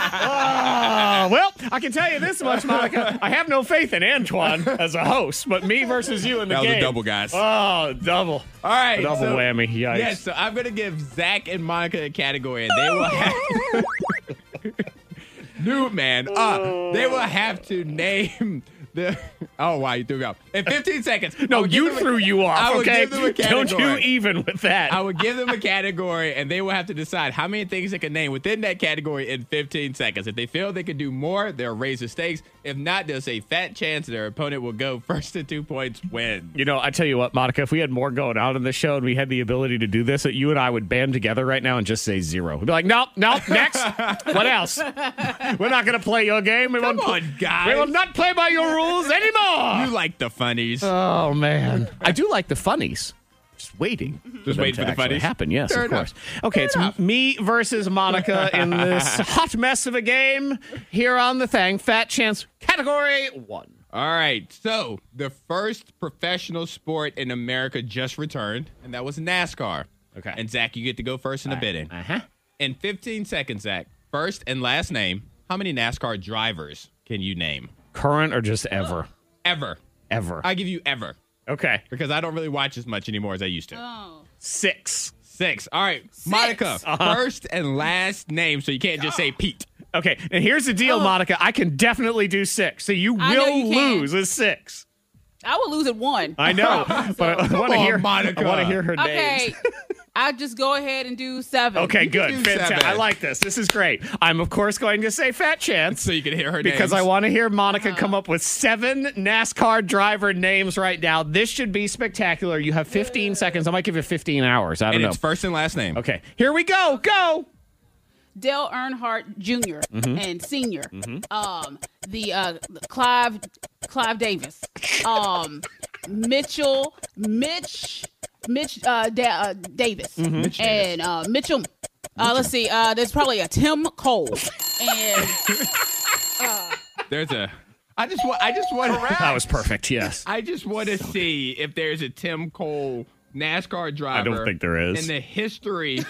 Speaker 1: Ah, well, I can tell you this much, Monica. I have no faith in Antoine as a host, but me versus you in the
Speaker 3: That was
Speaker 1: game.
Speaker 3: a double, guys.
Speaker 1: [laughs]
Speaker 5: Uh,
Speaker 1: Oh, double.
Speaker 3: All right.
Speaker 1: Double
Speaker 3: so-
Speaker 1: whammy. Yikes.
Speaker 3: Yes, so I'm gonna give Zach and Monica a category, and they will have [laughs] new man. Uh, they will have to name the. [laughs] Oh wow, you threw me off. In 15 seconds. I
Speaker 5: Oh,
Speaker 1: No,
Speaker 3: would give
Speaker 1: you
Speaker 3: them a-
Speaker 1: threw you off.
Speaker 3: I would
Speaker 1: okay,
Speaker 3: give them a
Speaker 1: don't you
Speaker 3: category.
Speaker 1: even with that.
Speaker 3: I would give them a category, and they will have to decide how many things they can name within that category in 15 seconds. If they feel they can do more, they'll raise the stakes. If not, they'll say fat chance their opponent will go [laughs] first to two points, win.
Speaker 1: You know, I tell you what, Monica, if we had more going on in the show and we had the ability to do this, that you and I would band together right now and just say zero. We'd be like, nope, nope,
Speaker 3: [laughs]
Speaker 1: next. what else? We're not going to play your game. We
Speaker 3: Come
Speaker 1: won't
Speaker 3: on, guys.
Speaker 1: We will not play by your rules
Speaker 3: You
Speaker 1: anymore.
Speaker 3: like the funnies.
Speaker 1: oh, man. I do like the funnies. Just waiting. them
Speaker 3: Just
Speaker 1: to
Speaker 3: waiting for the
Speaker 1: actually
Speaker 3: funnies.
Speaker 1: happen, yes,
Speaker 3: Fair
Speaker 1: of
Speaker 3: enough.
Speaker 1: course. Okay, it's
Speaker 3: enough.
Speaker 1: me versus Monica in this
Speaker 3: [laughs]
Speaker 1: hot mess of a game here on the thing. Fat chance category one.
Speaker 3: All right. So the first professional sport in America just returned, and that was NASCAR.
Speaker 1: Okay.
Speaker 3: And Zach, you get to go first in the bidding.
Speaker 1: Uh-huh.
Speaker 3: In 15 seconds, Zach, first and last name, how many NASCAR drivers can you name?
Speaker 1: Current or just ever?
Speaker 3: Ever.
Speaker 1: Ever.
Speaker 3: I give you ever
Speaker 1: okay.
Speaker 3: because I don't really watch as much anymore as I used to.
Speaker 5: Oh.
Speaker 1: Six.
Speaker 3: Six. All right. Monica,
Speaker 1: Uh-huh.
Speaker 3: first and last name. So you can't just say Pete.
Speaker 1: Okay, and here's the deal,
Speaker 5: Oh.
Speaker 1: Monica. I can definitely do six. So you
Speaker 5: I know
Speaker 1: will
Speaker 5: you can.
Speaker 1: lose a six.
Speaker 5: I would lose at one.
Speaker 1: I
Speaker 3: [laughs]
Speaker 1: know, but I want to
Speaker 3: on,
Speaker 1: hear.
Speaker 3: Monica.
Speaker 1: I want to hear her name. [laughs]
Speaker 5: okay. I'll just go ahead and do seven.
Speaker 1: Okay, good,
Speaker 3: do
Speaker 1: fantastic.
Speaker 3: seven.
Speaker 1: I like this. This is great. I'm of course going to say fat chance
Speaker 3: So you can hear her name.
Speaker 1: because I want to hear Monica come up with seven NASCAR driver names right now. This should be spectacular. You have 15 seconds. I might give you 15 hours. I don't
Speaker 3: And
Speaker 1: know.
Speaker 3: it's first and last name.
Speaker 1: okay, here we go. Go.
Speaker 5: Dale Earnhardt junior and senior. Um, the uh, Clive Clive Davis. Um, Mitchell Mitch Mitch uh, da- uh, Davis and uh, Mitchell. Uh, let's see. Uh, there's probably a Tim Cole and
Speaker 3: There's a. I just want. I just want.
Speaker 1: That was perfect. Yes.
Speaker 3: [laughs] I just want to see if there's a Tim Cole NASCAR driver.
Speaker 1: I don't think there is.
Speaker 3: In the history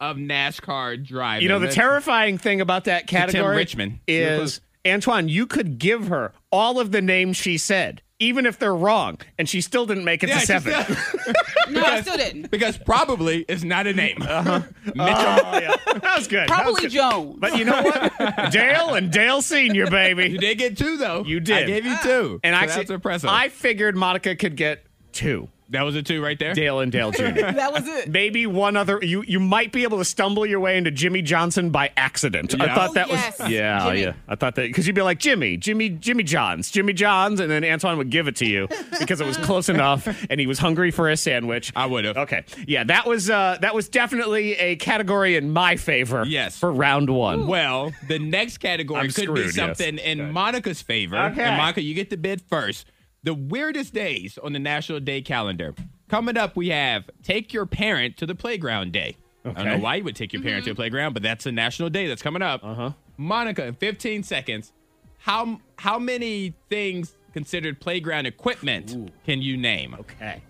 Speaker 3: of NASCAR driving,
Speaker 1: You know, the
Speaker 3: That's-
Speaker 1: terrifying thing about that category
Speaker 3: Richmond. You're
Speaker 1: is
Speaker 3: close.
Speaker 1: Antoine, you could give her all of the names she said, even if they're wrong, and she still didn't make it
Speaker 3: Yeah,
Speaker 1: to seven. [laughs]
Speaker 3: just-
Speaker 5: no, I still didn't.
Speaker 3: because probably is not a name.
Speaker 1: Uh-huh.
Speaker 3: [laughs] Mitchell.
Speaker 1: that was good. That was
Speaker 5: Probably
Speaker 1: good.
Speaker 5: Jones.
Speaker 1: But you know
Speaker 3: [laughs]
Speaker 1: what? Dale and Dale Senior,
Speaker 3: You
Speaker 1: baby.
Speaker 3: did get two though.
Speaker 1: You did.
Speaker 3: I gave you two.
Speaker 1: And
Speaker 3: so
Speaker 1: actually,
Speaker 3: that's impressive.
Speaker 1: I figured Monica could get two.
Speaker 3: that was a two right there.
Speaker 1: Dale and Dale
Speaker 3: [laughs]
Speaker 1: Jr.
Speaker 5: [laughs] that was it.
Speaker 1: Maybe one other. You you might be able to stumble your way into Jimmy Johnson by accident. I
Speaker 3: Yeah.
Speaker 1: thought
Speaker 5: Oh,
Speaker 1: that
Speaker 5: yes.
Speaker 1: was yeah
Speaker 5: Jimmy.
Speaker 1: yeah. I thought that because you'd be like Jimmy Jimmy Jimmy Johns Jimmy Johns, and then Antoine would give it to
Speaker 5: [laughs]
Speaker 1: you because it was close enough and he was hungry for a sandwich.
Speaker 3: I would've.
Speaker 1: [laughs] Okay, yeah, that was uh that was definitely a category in my favor.
Speaker 3: Yes.
Speaker 1: for round one.
Speaker 3: Well, the next category
Speaker 1: I'm
Speaker 3: could
Speaker 1: screwed,
Speaker 3: be
Speaker 1: yes.
Speaker 3: something in Monica's favor.
Speaker 1: Okay.
Speaker 3: And Monica, you get the bid first. The weirdest days on the National Day calendar. Coming up, we have Take Your Parent to the Playground Day. I
Speaker 1: Okay.
Speaker 3: don't know why you would take your parent to the playground, but that's a national day that's coming up. Uh-huh. Monica, in 15 seconds, how how many things considered playground equipment can you name?
Speaker 1: Okay.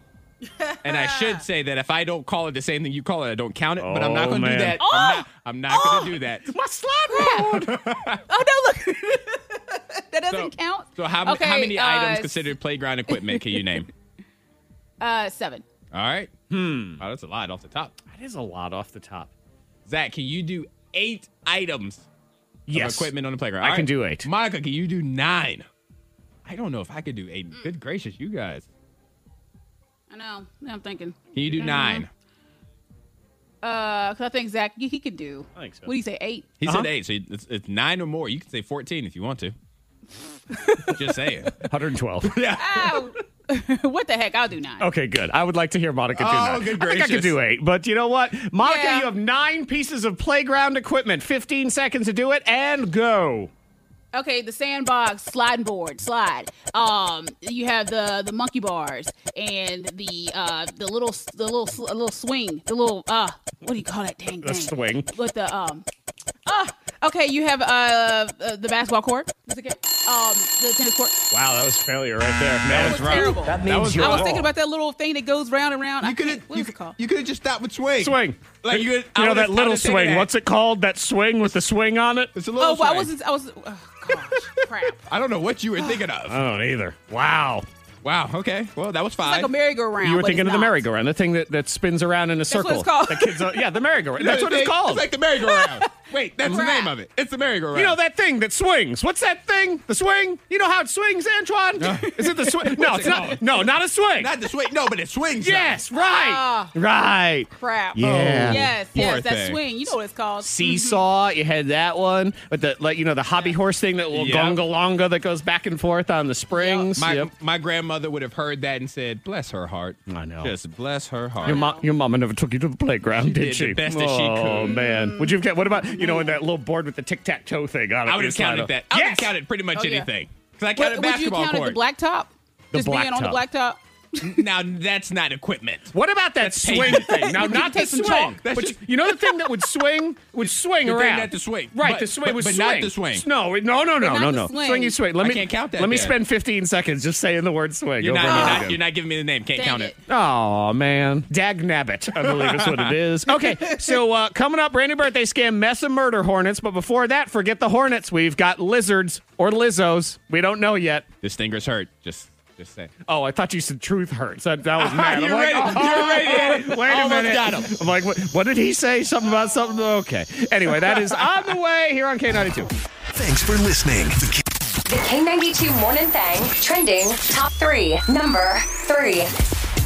Speaker 3: And I should say that if I don't call it the same thing you call it, I don't count it. but I'm not
Speaker 1: Oh,
Speaker 3: going to
Speaker 1: man.
Speaker 3: do that. I'm not, I'm not going to do that.
Speaker 1: My slide rule.
Speaker 5: Oh no, look. [laughs] that doesn't
Speaker 3: So-
Speaker 5: count.
Speaker 3: So how, many how
Speaker 5: Okay,
Speaker 3: many
Speaker 5: uh,
Speaker 3: items considered playground equipment can you
Speaker 5: [laughs]
Speaker 3: name?
Speaker 5: Uh, seven.
Speaker 3: All right. Hmm. Oh, that's a lot off the top.
Speaker 1: That is a lot off the top.
Speaker 3: Zach, can you do eight items
Speaker 1: Yes.
Speaker 3: of
Speaker 1: [laughs]
Speaker 3: equipment on the playground?
Speaker 1: I
Speaker 3: All
Speaker 1: can do eight.
Speaker 3: Monica, can you do nine? I don't know if I could do eight. Good gracious, you guys.
Speaker 5: I know. I'm thinking.
Speaker 3: Can you do nine?
Speaker 5: Uh, cause I think Zach he, he could do.
Speaker 10: I think so.
Speaker 5: What do you say? Eight.
Speaker 3: He
Speaker 1: Uh-huh.
Speaker 3: said eight, so it's, it's nine or more. You can say 14 if you want
Speaker 5: [laughs]
Speaker 3: to. Just saying.
Speaker 1: 112.
Speaker 5: Ow. [laughs] what the heck? I'll do nine.
Speaker 10: Oh.
Speaker 1: Okay, good. I would like to hear Monica do
Speaker 3: Oh,
Speaker 1: nine.
Speaker 3: good
Speaker 1: I think I could
Speaker 3: gracious.
Speaker 1: do eight, but you know what?
Speaker 10: Monica,
Speaker 5: Yeah.
Speaker 10: you have nine pieces of playground equipment, 15 seconds to do it, and go.
Speaker 5: Okay, the sandbox sliding board, slide. Um, you have the the monkey bars and the uh the little the little sl- little swing, the little uh what do you call that dang
Speaker 10: The
Speaker 5: thing?
Speaker 10: swing.
Speaker 5: With the um ah okay, you have uh, uh the basketball court. Is it good? Um, the tennis court.
Speaker 1: Wow, that was failure right there.
Speaker 5: That was terrible.
Speaker 3: That was
Speaker 5: I was
Speaker 3: wrong.
Speaker 5: thinking about that little thing that goes round and round. I
Speaker 3: You could have
Speaker 5: can't- what
Speaker 3: you,
Speaker 5: was it called?
Speaker 3: could have just stopped with swing.
Speaker 1: [laughs] Swing.
Speaker 3: Like you, could- I
Speaker 1: You know
Speaker 3: would've-
Speaker 1: that little
Speaker 3: I would've taken
Speaker 1: swing.
Speaker 3: that.
Speaker 1: What's it called? That swing with the swing on it?
Speaker 3: It's a little
Speaker 5: Oh, well, I
Speaker 3: swing.
Speaker 5: wasn't. I was. Oh, gosh, [laughs] crap. It's
Speaker 3: I don't know what you were thinking of.
Speaker 5: [sighs]
Speaker 1: I don't either. Wow.
Speaker 3: wow. Okay. Well, that was five.
Speaker 5: like a merry-go-round.
Speaker 1: You were
Speaker 5: but
Speaker 1: thinking
Speaker 5: it's
Speaker 1: of the
Speaker 5: not.
Speaker 1: merry-go-round, the thing that, that spins around in a
Speaker 5: what
Speaker 1: circle.
Speaker 5: it's called.
Speaker 1: The kids, are- yeah, the merry-go-round.
Speaker 3: You know
Speaker 5: [laughs]
Speaker 1: That's
Speaker 3: the
Speaker 1: what it's
Speaker 3: thing?
Speaker 1: called.
Speaker 3: It's like the [laughs] merry-go-round. Wait, that's the
Speaker 5: Crap.
Speaker 3: name of it. It's the merry-go-round.
Speaker 1: You know that thing that swings. What's that thing? The swing? You know how it swings, Antoine? [laughs] Is it the swing? No, it's
Speaker 3: it
Speaker 1: not.
Speaker 3: called?
Speaker 1: No, not a swing.
Speaker 3: Not the swing. No, but it swings. though.
Speaker 1: yes, right.
Speaker 3: Ah.
Speaker 1: right.
Speaker 5: Crap.
Speaker 1: Yeah.
Speaker 5: Yes,
Speaker 3: Poor
Speaker 5: yes, that
Speaker 3: thing.
Speaker 5: swing. You know what it's
Speaker 1: [laughs]
Speaker 5: called.
Speaker 1: Seesaw, you had that one. But the like you know, the hobby horse thing, that little
Speaker 3: Yep.
Speaker 1: gonga longa that goes back and forth on the springs.
Speaker 3: My,
Speaker 1: Yep.
Speaker 3: my grandmother would have heard that and said, "Bless her heart."
Speaker 1: I know.
Speaker 3: Just bless her heart.
Speaker 1: Your, mo- your mama never took you to the playground,
Speaker 3: She
Speaker 1: did,
Speaker 3: did
Speaker 1: she?
Speaker 3: the best that she
Speaker 1: Oh
Speaker 3: could.
Speaker 1: man, would you have kept? What about you know, in that little board with the tic tac toe thing on it?
Speaker 3: I would
Speaker 1: you
Speaker 3: have
Speaker 1: slide
Speaker 3: counted
Speaker 1: up.
Speaker 3: that. I would
Speaker 1: Yes,
Speaker 3: have counted pretty much
Speaker 5: Oh, yeah.
Speaker 3: anything. Because I
Speaker 5: Would,
Speaker 3: counted
Speaker 5: would you
Speaker 3: basketball
Speaker 5: count it the
Speaker 3: court.
Speaker 5: blacktop?
Speaker 1: The
Speaker 5: Just being on the
Speaker 1: blacktop.
Speaker 5: blacktop.
Speaker 3: now that's not equipment.
Speaker 1: What about that
Speaker 3: That's
Speaker 1: swing
Speaker 3: taking-
Speaker 1: thing? Now, not the
Speaker 5: take some
Speaker 1: swing,
Speaker 3: chalk. That's
Speaker 1: but you,
Speaker 3: just-
Speaker 1: you know the thing that would swing would swing
Speaker 3: The thing
Speaker 1: around.
Speaker 3: not to swing.
Speaker 1: right?
Speaker 3: But-
Speaker 1: the swing
Speaker 3: but-
Speaker 1: would
Speaker 3: but
Speaker 1: swing.
Speaker 3: not to swing.
Speaker 1: No, it- no, no, no,
Speaker 5: not
Speaker 1: no,
Speaker 5: to
Speaker 1: no.
Speaker 5: swing.
Speaker 1: Swingy swing. Let
Speaker 3: I
Speaker 1: me
Speaker 3: can't count that
Speaker 1: Let me
Speaker 3: then.
Speaker 1: spend 15 seconds just saying the word swing.
Speaker 3: You're not,
Speaker 1: over
Speaker 3: you're,
Speaker 1: and
Speaker 3: not,
Speaker 1: over
Speaker 3: you're not giving me the name. Can't
Speaker 5: Dang
Speaker 3: count
Speaker 5: it.
Speaker 3: it.
Speaker 1: Oh man, Dagnabbit, I believe is what it
Speaker 3: [laughs]
Speaker 1: is. Okay, so uh, coming up, brand new birthday scam, mess of murder hornets. But before that, forget the hornets. We've got lizards or lizzos. We don't know yet.
Speaker 3: This finger's hurt. Just, just say.
Speaker 1: Oh, I thought you said truth hurts. That, that
Speaker 3: [laughs]
Speaker 1: was mad.
Speaker 3: You're
Speaker 1: I'm like,
Speaker 3: ready.
Speaker 1: oh,
Speaker 3: You're
Speaker 1: [laughs]
Speaker 3: ready.
Speaker 1: Wait a
Speaker 3: Almost
Speaker 1: minute.
Speaker 3: got him.
Speaker 1: I'm like, what, what did he say? Something about something? Okay. Anyway, that is on the way here on K92.
Speaker 11: Thanks for listening. The K-
Speaker 2: The K92 Morning Thing trending top three. Number three.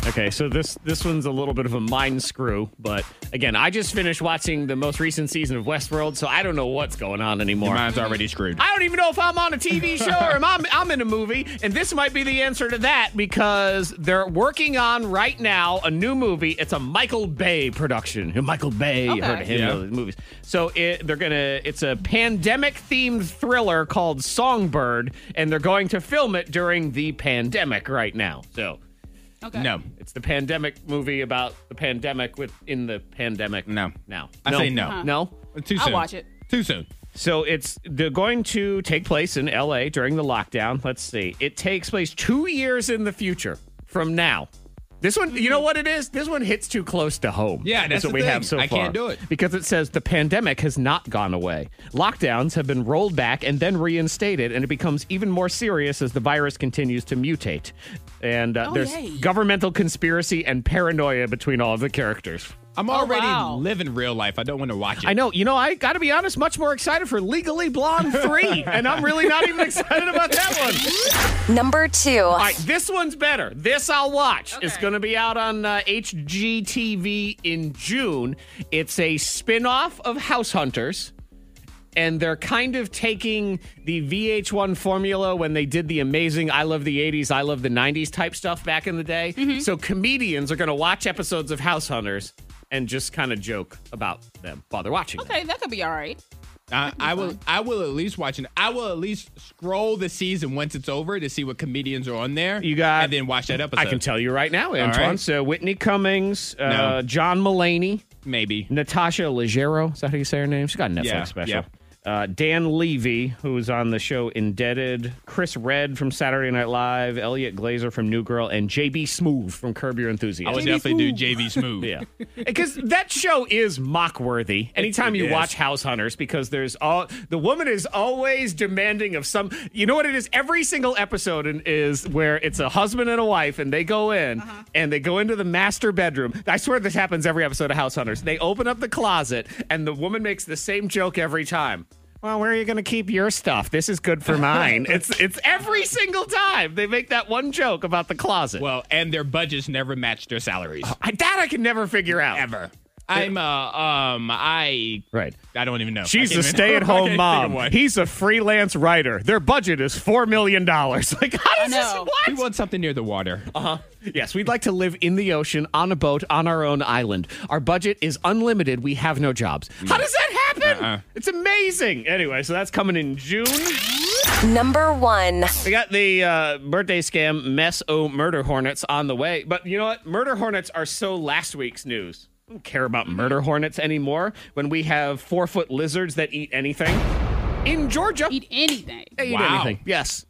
Speaker 1: Okay, so this this one's a little bit of a mind screw, but again, I just finished watching the most recent season of Westworld, so I don't know what's going on anymore.
Speaker 3: Mine's already screwed.
Speaker 1: I don't even know if I'm on a TV show or am I'm, I'm in a movie. And this might be the answer to that because they're working on right now a new movie. It's a Michael Bay production. Michael Bay, you
Speaker 5: Okay.
Speaker 1: heard of him,
Speaker 3: Yeah.
Speaker 1: those movies. So it, they're gonna. It's a pandemic themed thriller called Songbird, and they're going to film it during the pandemic right now. So.
Speaker 5: Okay.
Speaker 3: No.
Speaker 1: It's the pandemic movie about the pandemic within the pandemic.
Speaker 3: No.
Speaker 1: Now.
Speaker 3: I say no. Uh-huh.
Speaker 1: No?
Speaker 3: Too soon.
Speaker 5: I'll watch it.
Speaker 3: Too soon.
Speaker 1: So it's they're going to take place in LA during the lockdown. Let's see. It takes place two years in the future from now. This one, you know what it is? This one hits too close to home.
Speaker 3: Yeah, that's
Speaker 1: what
Speaker 3: the
Speaker 1: we
Speaker 3: thing.
Speaker 1: have so
Speaker 3: I
Speaker 1: far.
Speaker 3: can't do it.
Speaker 1: Because it says the pandemic has not gone away. Lockdowns have been rolled back and then reinstated, and it becomes even more serious as the virus continues to mutate. And uh,
Speaker 5: Oh,
Speaker 1: there's
Speaker 5: yay.
Speaker 1: governmental conspiracy and paranoia between all of the characters.
Speaker 3: I'm
Speaker 5: Oh,
Speaker 3: already
Speaker 5: wow.
Speaker 3: living real life. I don't want to watch
Speaker 5: [laughs]
Speaker 3: it.
Speaker 1: I know. You know, I got to be honest, much more excited for Legally Blonde 3. and I'm really not even excited about that one.
Speaker 2: Number two.
Speaker 1: All right, this one's better. This I'll watch. It's
Speaker 5: Okay.
Speaker 1: going to be out on uh, HGTV in June. It's a spin off of House Hunters. And they're kind of taking the VH1 formula when they did the amazing I love the 80s, I love the 90s type stuff back in the day. So comedians are going to watch episodes of House Hunters and just kind of joke about them while they're watching. them.
Speaker 5: Okay, that could be all right.
Speaker 3: I, I will. I will at least watch it. I will at least scroll the season once it's over to see what comedians are on there.
Speaker 1: You got-
Speaker 3: and then watch that episode.
Speaker 1: I can tell you right now, Antoine.
Speaker 3: right.
Speaker 1: So Whitney Cummings, uh,
Speaker 3: No.
Speaker 1: John Mullaney,
Speaker 3: Maybe.
Speaker 1: Natasha Leggero. Is that how you say her name? She's got a Netflix
Speaker 3: Yeah,
Speaker 1: special.
Speaker 3: yeah.
Speaker 1: Uh, Dan Levy, who was on the show Indebted, Chris Red from Saturday Night Live, Elliot Glazer from New Girl, and JB Smoove from Curb Your Enthusiasm.
Speaker 3: I would definitely do JV Smooth.
Speaker 1: Yeah, because that show is mock worthy. Anytime
Speaker 3: it
Speaker 1: you
Speaker 3: is.
Speaker 1: watch House Hunters, because there's all the woman is always demanding of some. You know what it is? Every single episode in- is where it's a husband and a wife, and they go in and they go into the master bedroom. I swear this happens every episode of House Hunters. They open up the closet, and the woman makes the same joke every time. Well, where are you going to keep your stuff? This is good for
Speaker 3: [laughs]
Speaker 1: mine. it's it's every single time they make that one joke about the closet. Uh-uh.
Speaker 3: Well, and their budgets never match their salaries
Speaker 1: I, that I can never figure out.
Speaker 3: ever. I'm uh um I
Speaker 1: Right.
Speaker 3: I don't even know.
Speaker 1: She's a
Speaker 3: I can't even- [laughs] I can't
Speaker 1: stay-at-home
Speaker 3: think of
Speaker 1: mom.
Speaker 3: one.
Speaker 1: He's a freelance writer. Their budget is four million dollars. [laughs] Like, how does this?
Speaker 5: know.
Speaker 3: We want something near the water.
Speaker 1: Yes, we'd like to live in the ocean on a boat on our own island. Our budget is unlimited. We have no jobs. How does that happen?
Speaker 3: Mm. Uh-uh.
Speaker 1: It's amazing. Anyway, so that's coming in June.
Speaker 2: Number one.
Speaker 1: We got the uh, birthday scam mess o murder hornets on the way. But you know what? Murder hornets are so last week's news. I don't care about murder hornets anymore when we have four foot lizards that eat anything. In Georgia,
Speaker 5: Eat anything.
Speaker 1: They eat
Speaker 3: Wow.
Speaker 1: anything. Yes.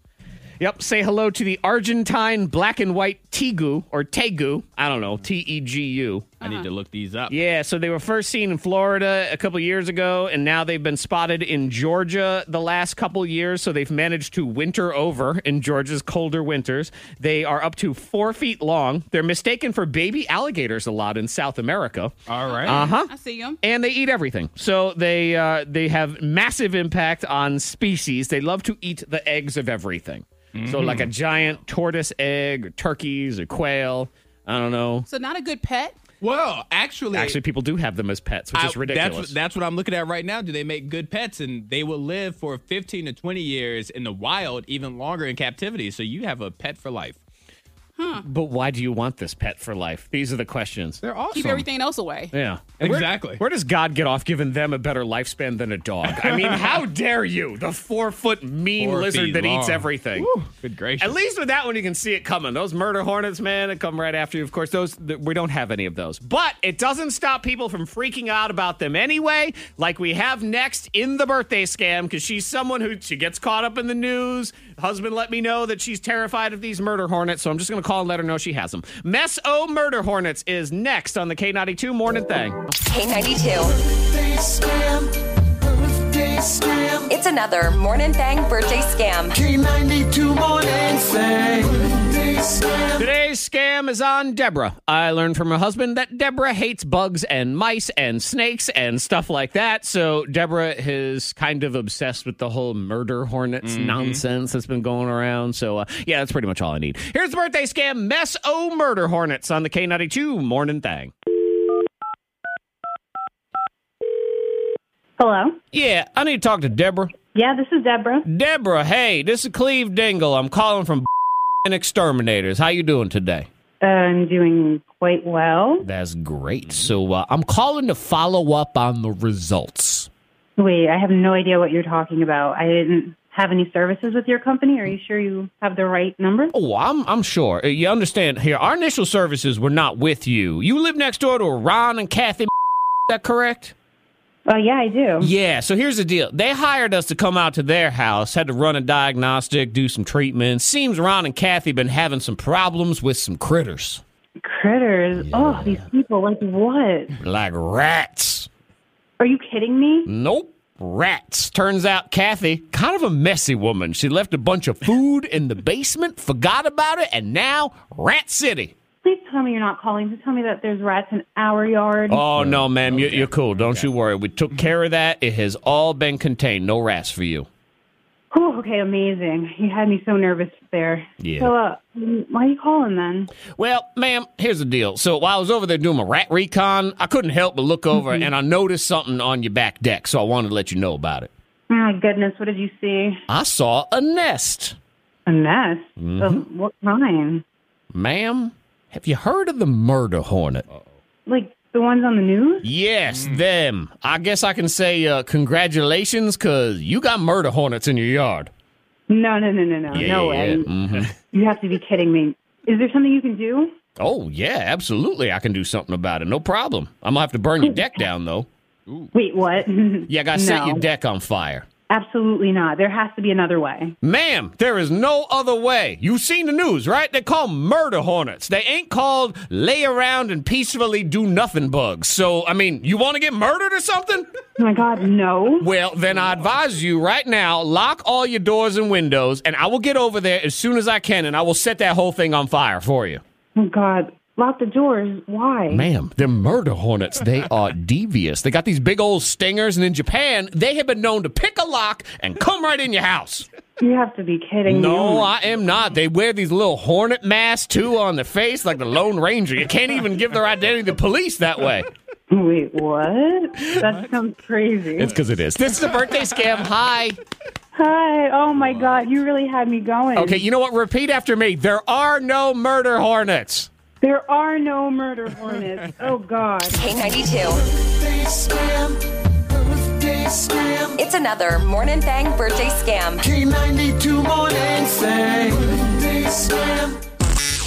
Speaker 1: Yep. Say hello to the Argentine black and white tegu or tegu. I don't know. T E G U.
Speaker 3: I need to look these up.
Speaker 1: Yeah, so they were first seen in Florida a couple years ago, and now they've been spotted in Georgia the last couple years. So they've managed to winter over in Georgia's colder winters. They are up to four feet long. They're mistaken for baby alligators a lot in South America.
Speaker 3: All right.
Speaker 1: Uh-huh.
Speaker 5: I see them.
Speaker 1: and they eat everything. So they uh, they have massive impact on species. They love to eat the eggs of everything. So like
Speaker 3: Mm-hmm.
Speaker 1: a giant tortoise egg, or turkeys, or quail. I don't know.
Speaker 5: So not a good pet.
Speaker 3: well, actually,
Speaker 1: Actually, people do have them as pets, which
Speaker 3: I-
Speaker 1: is ridiculous.
Speaker 3: That's, that's what I'm looking at right now. Do they make good pets? And they will live for 15 to 20 years in the wild, even longer in captivity. So you have a pet for life.
Speaker 1: but why do you want this pet for life? These are the questions.
Speaker 3: They're awesome.
Speaker 5: Keep everything else away.
Speaker 1: Yeah. And where-
Speaker 3: Exactly.
Speaker 1: Where does God get off giving them a better lifespan than a dog? I
Speaker 3: [laughs]
Speaker 1: mean, how dare you? The four foot mean
Speaker 3: Four
Speaker 1: lizard
Speaker 3: feet
Speaker 1: that eats
Speaker 3: long.
Speaker 1: everything.
Speaker 3: Whew, good gracious.
Speaker 1: At least with that one, you can see it coming. Those murder hornets, man, that come right after you. Of course, those th- we don't have any of those, but it doesn't stop people from freaking out about them anyway. Like we have next in the birthday scam, because she's someone who she gets caught up in the news. Husband let me know that she's terrified of these murder hornets, so I'm just gonna call and let her know she has them. Mess O murder hornets is next on the K92 Morning Thing.
Speaker 2: K92. It's another Morning Thang birthday scam.
Speaker 12: K92 morning thing.
Speaker 1: Today's scam is on Deborah. I learned from her husband that Deborah hates bugs and mice and snakes and stuff like that. So Deborah is kind of obsessed with the whole murder hornets nonsense that's been going around. So uh, yeah, that's pretty much all I need. Here's the birthday scam: Mess O murder hornets on the K92 morning thing.
Speaker 12: Hello.
Speaker 1: Yeah, I need to talk to Deborah.
Speaker 12: Yeah, this is Deborah.
Speaker 1: Deborah, hey, this is Cleve Dingle. I'm calling from [laughs] and Exterminators. How you doing today?
Speaker 12: I'm doing quite well.
Speaker 1: That's great. So uh, I'm calling to follow up on the results.
Speaker 12: Wait, I have no idea what you're talking about. I didn't have any services with your company. Are you sure you have the right number?
Speaker 1: Oh, I'm I'm sure. Uh, You understand here, our initial services were not with you. You live next door to Ron and Kathy. [laughs] Is that correct?
Speaker 12: Oh, yeah, I do.
Speaker 1: Yeah, so here's the deal. They hired us to come out to their house, had to run a diagnostic, do some treatment. Seems Ron and Kathy been having some problems with some critters.
Speaker 12: Critters. Oh, these people. Like, what?
Speaker 1: Like rats.
Speaker 12: Are you kidding me?
Speaker 1: Nope. Rats. Turns out Kathy, kind of a messy woman. She left a bunch of food in the basement, forgot about it, and now Rat City.
Speaker 12: Please tell me you're not calling to tell me that there's rats in our yard.
Speaker 1: Oh, no, ma'am. You're, you're cool. Don't you worry. We took care of that. It has all been contained. No rats for you.
Speaker 12: Whew, okay, amazing. You had me so nervous there.
Speaker 1: Yeah.
Speaker 12: So, uh, why are you calling then?
Speaker 1: Well, ma'am, here's the deal. So while I was over there doing my rat recon, I couldn't help but look over and I noticed something on your back deck, so I wanted to let you know about it.
Speaker 12: Oh, My goodness, what did you see?
Speaker 1: I saw a nest.
Speaker 12: A nest?
Speaker 1: Mm-hmm.
Speaker 12: Of what kind?
Speaker 1: Ma'am, have you heard of the murder hornet?
Speaker 12: Like the ones on the news?
Speaker 1: Yes, them. I guess I can say uh, congratulations because you got murder hornets in your yard.
Speaker 12: No, no, no, no, no. no way.
Speaker 1: Mhm.
Speaker 12: You have to be kidding me. Is there something you can do?
Speaker 1: Oh, yeah, absolutely. I can do something about it. No problem. I'm going to have to burn your deck down, though.
Speaker 12: Wait, what? [laughs]
Speaker 1: Yeah, I got to set your deck on fire.
Speaker 12: Absolutely not. There has to be another way.
Speaker 1: Ma'am, there is no other way. You've seen the news, right? They call 'em murder hornets. They ain't called lay around and peacefully do nothing bugs. So, I mean, you want to get murdered or something? [laughs]
Speaker 12: Oh my God, no.
Speaker 1: Well, then I advise you right now lock all your doors and windows, and I will get over there as soon as I can, and I will set that whole thing on fire for you.
Speaker 12: Oh God, lock the doors. Why?
Speaker 1: Ma'am, they're murder hornets. They are devious. They got these big old stingers, and in Japan, they have been known to pick a lock and come right in your house.
Speaker 12: You have to be kidding me. Oh
Speaker 1: No,
Speaker 12: my-
Speaker 1: I am not. They wear these little hornet masks too on their face, like the Lone Ranger. You can't even give their identity to the police that way.
Speaker 12: Wait, what? That sounds crazy.
Speaker 13: It's because it is. This is a birthday scam. Hi.
Speaker 12: Hi. Oh my God, you really had me going.
Speaker 13: Okay, you know what? Repeat after me. There are no murder hornets.
Speaker 12: There are no murder
Speaker 1: [laughs]
Speaker 12: hornets. Oh God.
Speaker 2: K92. It's another Morning Thang birthday scam. K92 Morning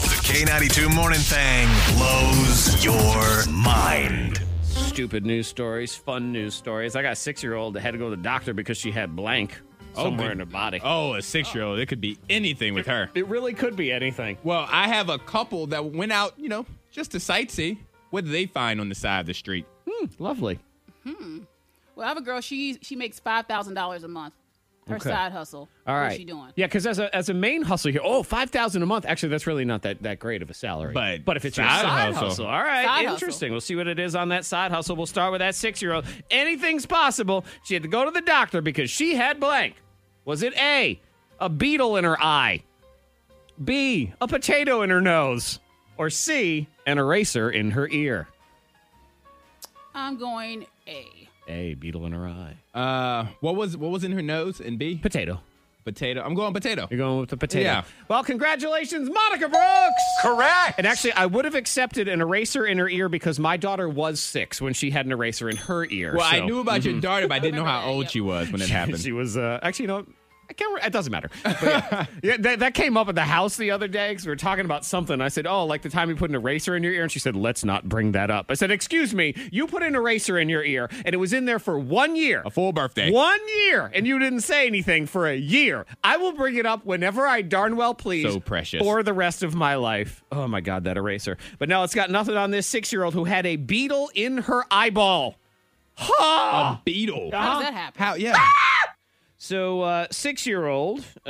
Speaker 11: The K92 Morning Thang blows your mind.
Speaker 1: Stupid news stories, fun news stories. I got a six year old that had to go to the doctor because she had blank
Speaker 3: Oh,
Speaker 1: somewhere
Speaker 3: good.
Speaker 1: in her body.
Speaker 3: Oh, a six year old. It could be anything with her.
Speaker 1: It really could be anything.
Speaker 3: Well, I have a couple that went out, you know, just to sightsee. What did they find on the side of the street?
Speaker 1: lovely.
Speaker 5: Well, I have a girl. She she makes five thousand dollars a month. Her
Speaker 1: Okay.
Speaker 5: side hustle.
Speaker 1: All right.
Speaker 5: What's she doing?
Speaker 1: Yeah, because as a as a main hustle here, oh, five thousand a month. Actually, that's really not that that great of a salary.
Speaker 3: But
Speaker 1: but if it's your
Speaker 3: side
Speaker 1: side hustle,
Speaker 3: hustle.
Speaker 1: all right,
Speaker 5: Side hustle.
Speaker 1: interesting. We'll see what it is on that side hustle. We'll start with that six year old. Anything's possible. She had to go to the doctor because she had blank. Was it a a beetle in her eye, b a potato in her nose, or c an eraser in her ear?
Speaker 5: I'm going A.
Speaker 1: A beetle in her eye.
Speaker 3: Uh, what was what was in her nose? And B,
Speaker 1: Potato.
Speaker 3: potato. I'm going potato.
Speaker 1: You're going with the potato.
Speaker 3: Yeah.
Speaker 1: Well, congratulations, Monica Brooks.
Speaker 11: Correct.
Speaker 1: And actually, I would have accepted an eraser in her ear because my daughter was six when she had an eraser in her ear.
Speaker 3: Well, I
Speaker 1: so-
Speaker 3: knew about your daughter, but I didn't know how old Mm-hmm. [laughs] she was when it
Speaker 1: [laughs]
Speaker 3: happened.
Speaker 1: She was uh, actually, you know, I can't. Remember, it doesn't
Speaker 3: [laughs]
Speaker 1: matter. But yeah, yeah, that, that came up at the house the other day because we were talking about something. I said, "Oh, like the time you put an eraser in your ear," and she said, "Let's not bring that up." I said, "Excuse me, you put an eraser in your ear, and it was in there for one year,
Speaker 3: a full birthday.
Speaker 1: one year, and you didn't say anything for a year. I will bring it up whenever I darn well please.
Speaker 3: So precious.
Speaker 1: For the rest of my life. Oh my God, that eraser. But no, it's got nothing on this six year old who had a beetle in her eyeball. Ha!
Speaker 3: Beetle.
Speaker 5: How does that happen?
Speaker 3: How? Yeah.
Speaker 1: So, uh, six year old, uh,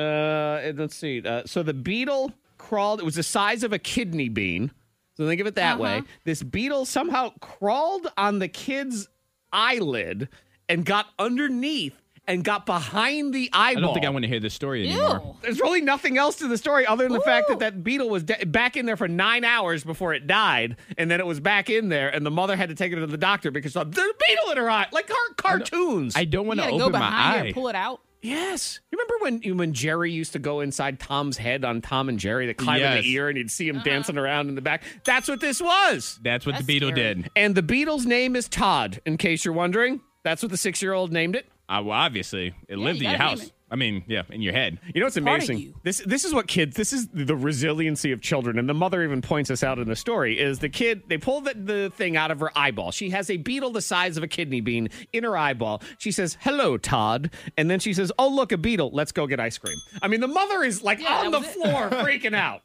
Speaker 1: and let's see. Uh, so the beetle crawled, it was the size of a kidney bean. So think of it that way. This beetle somehow crawled on the kid's eyelid and got underneath and got behind the eyeball.
Speaker 3: I don't think I want to hear this story anymore.
Speaker 5: Ew.
Speaker 1: There's really nothing else to the story other than the fact that that beetle was de- back in there for nine hours before it died, and then it was back in there, and the mother had to take it to the doctor because of the beetle in her eye, like car- cartoons.
Speaker 3: I don't want
Speaker 5: You
Speaker 3: to
Speaker 5: gotta
Speaker 3: open
Speaker 5: go
Speaker 3: my
Speaker 5: behind her
Speaker 3: eye.
Speaker 5: and pull it out.
Speaker 1: yes, you remember when when Jerry used to go inside Tom's head on Tom and Jerry, the climb in
Speaker 3: Yes.
Speaker 1: the ear, and you'd see him dancing around in the back. That's what this was.
Speaker 3: That's what the
Speaker 5: That's
Speaker 3: beetle
Speaker 5: scary.
Speaker 3: did.
Speaker 1: And the beetle's name is Todd, in case you're wondering. That's what the six year old named it.
Speaker 3: I, well, obviously, it lived
Speaker 5: you
Speaker 3: in your
Speaker 5: gotta name
Speaker 3: house.
Speaker 5: it.
Speaker 3: I mean, yeah, in your head.
Speaker 1: You know what's
Speaker 5: part of
Speaker 1: amazing?
Speaker 5: you.
Speaker 1: This this is what kids. This is the resiliency of children, and the mother even points us out in the story. Is the kid? They pull the, the thing out of her eyeball. She has a beetle the size of a kidney bean in her eyeball. She says, "Hello, Todd," and then she says, "Oh, look, a beetle. Let's go get ice cream." I mean, the mother is like
Speaker 5: Yeah,
Speaker 1: on the
Speaker 5: that was it.
Speaker 1: floor
Speaker 5: [laughs]
Speaker 1: freaking out.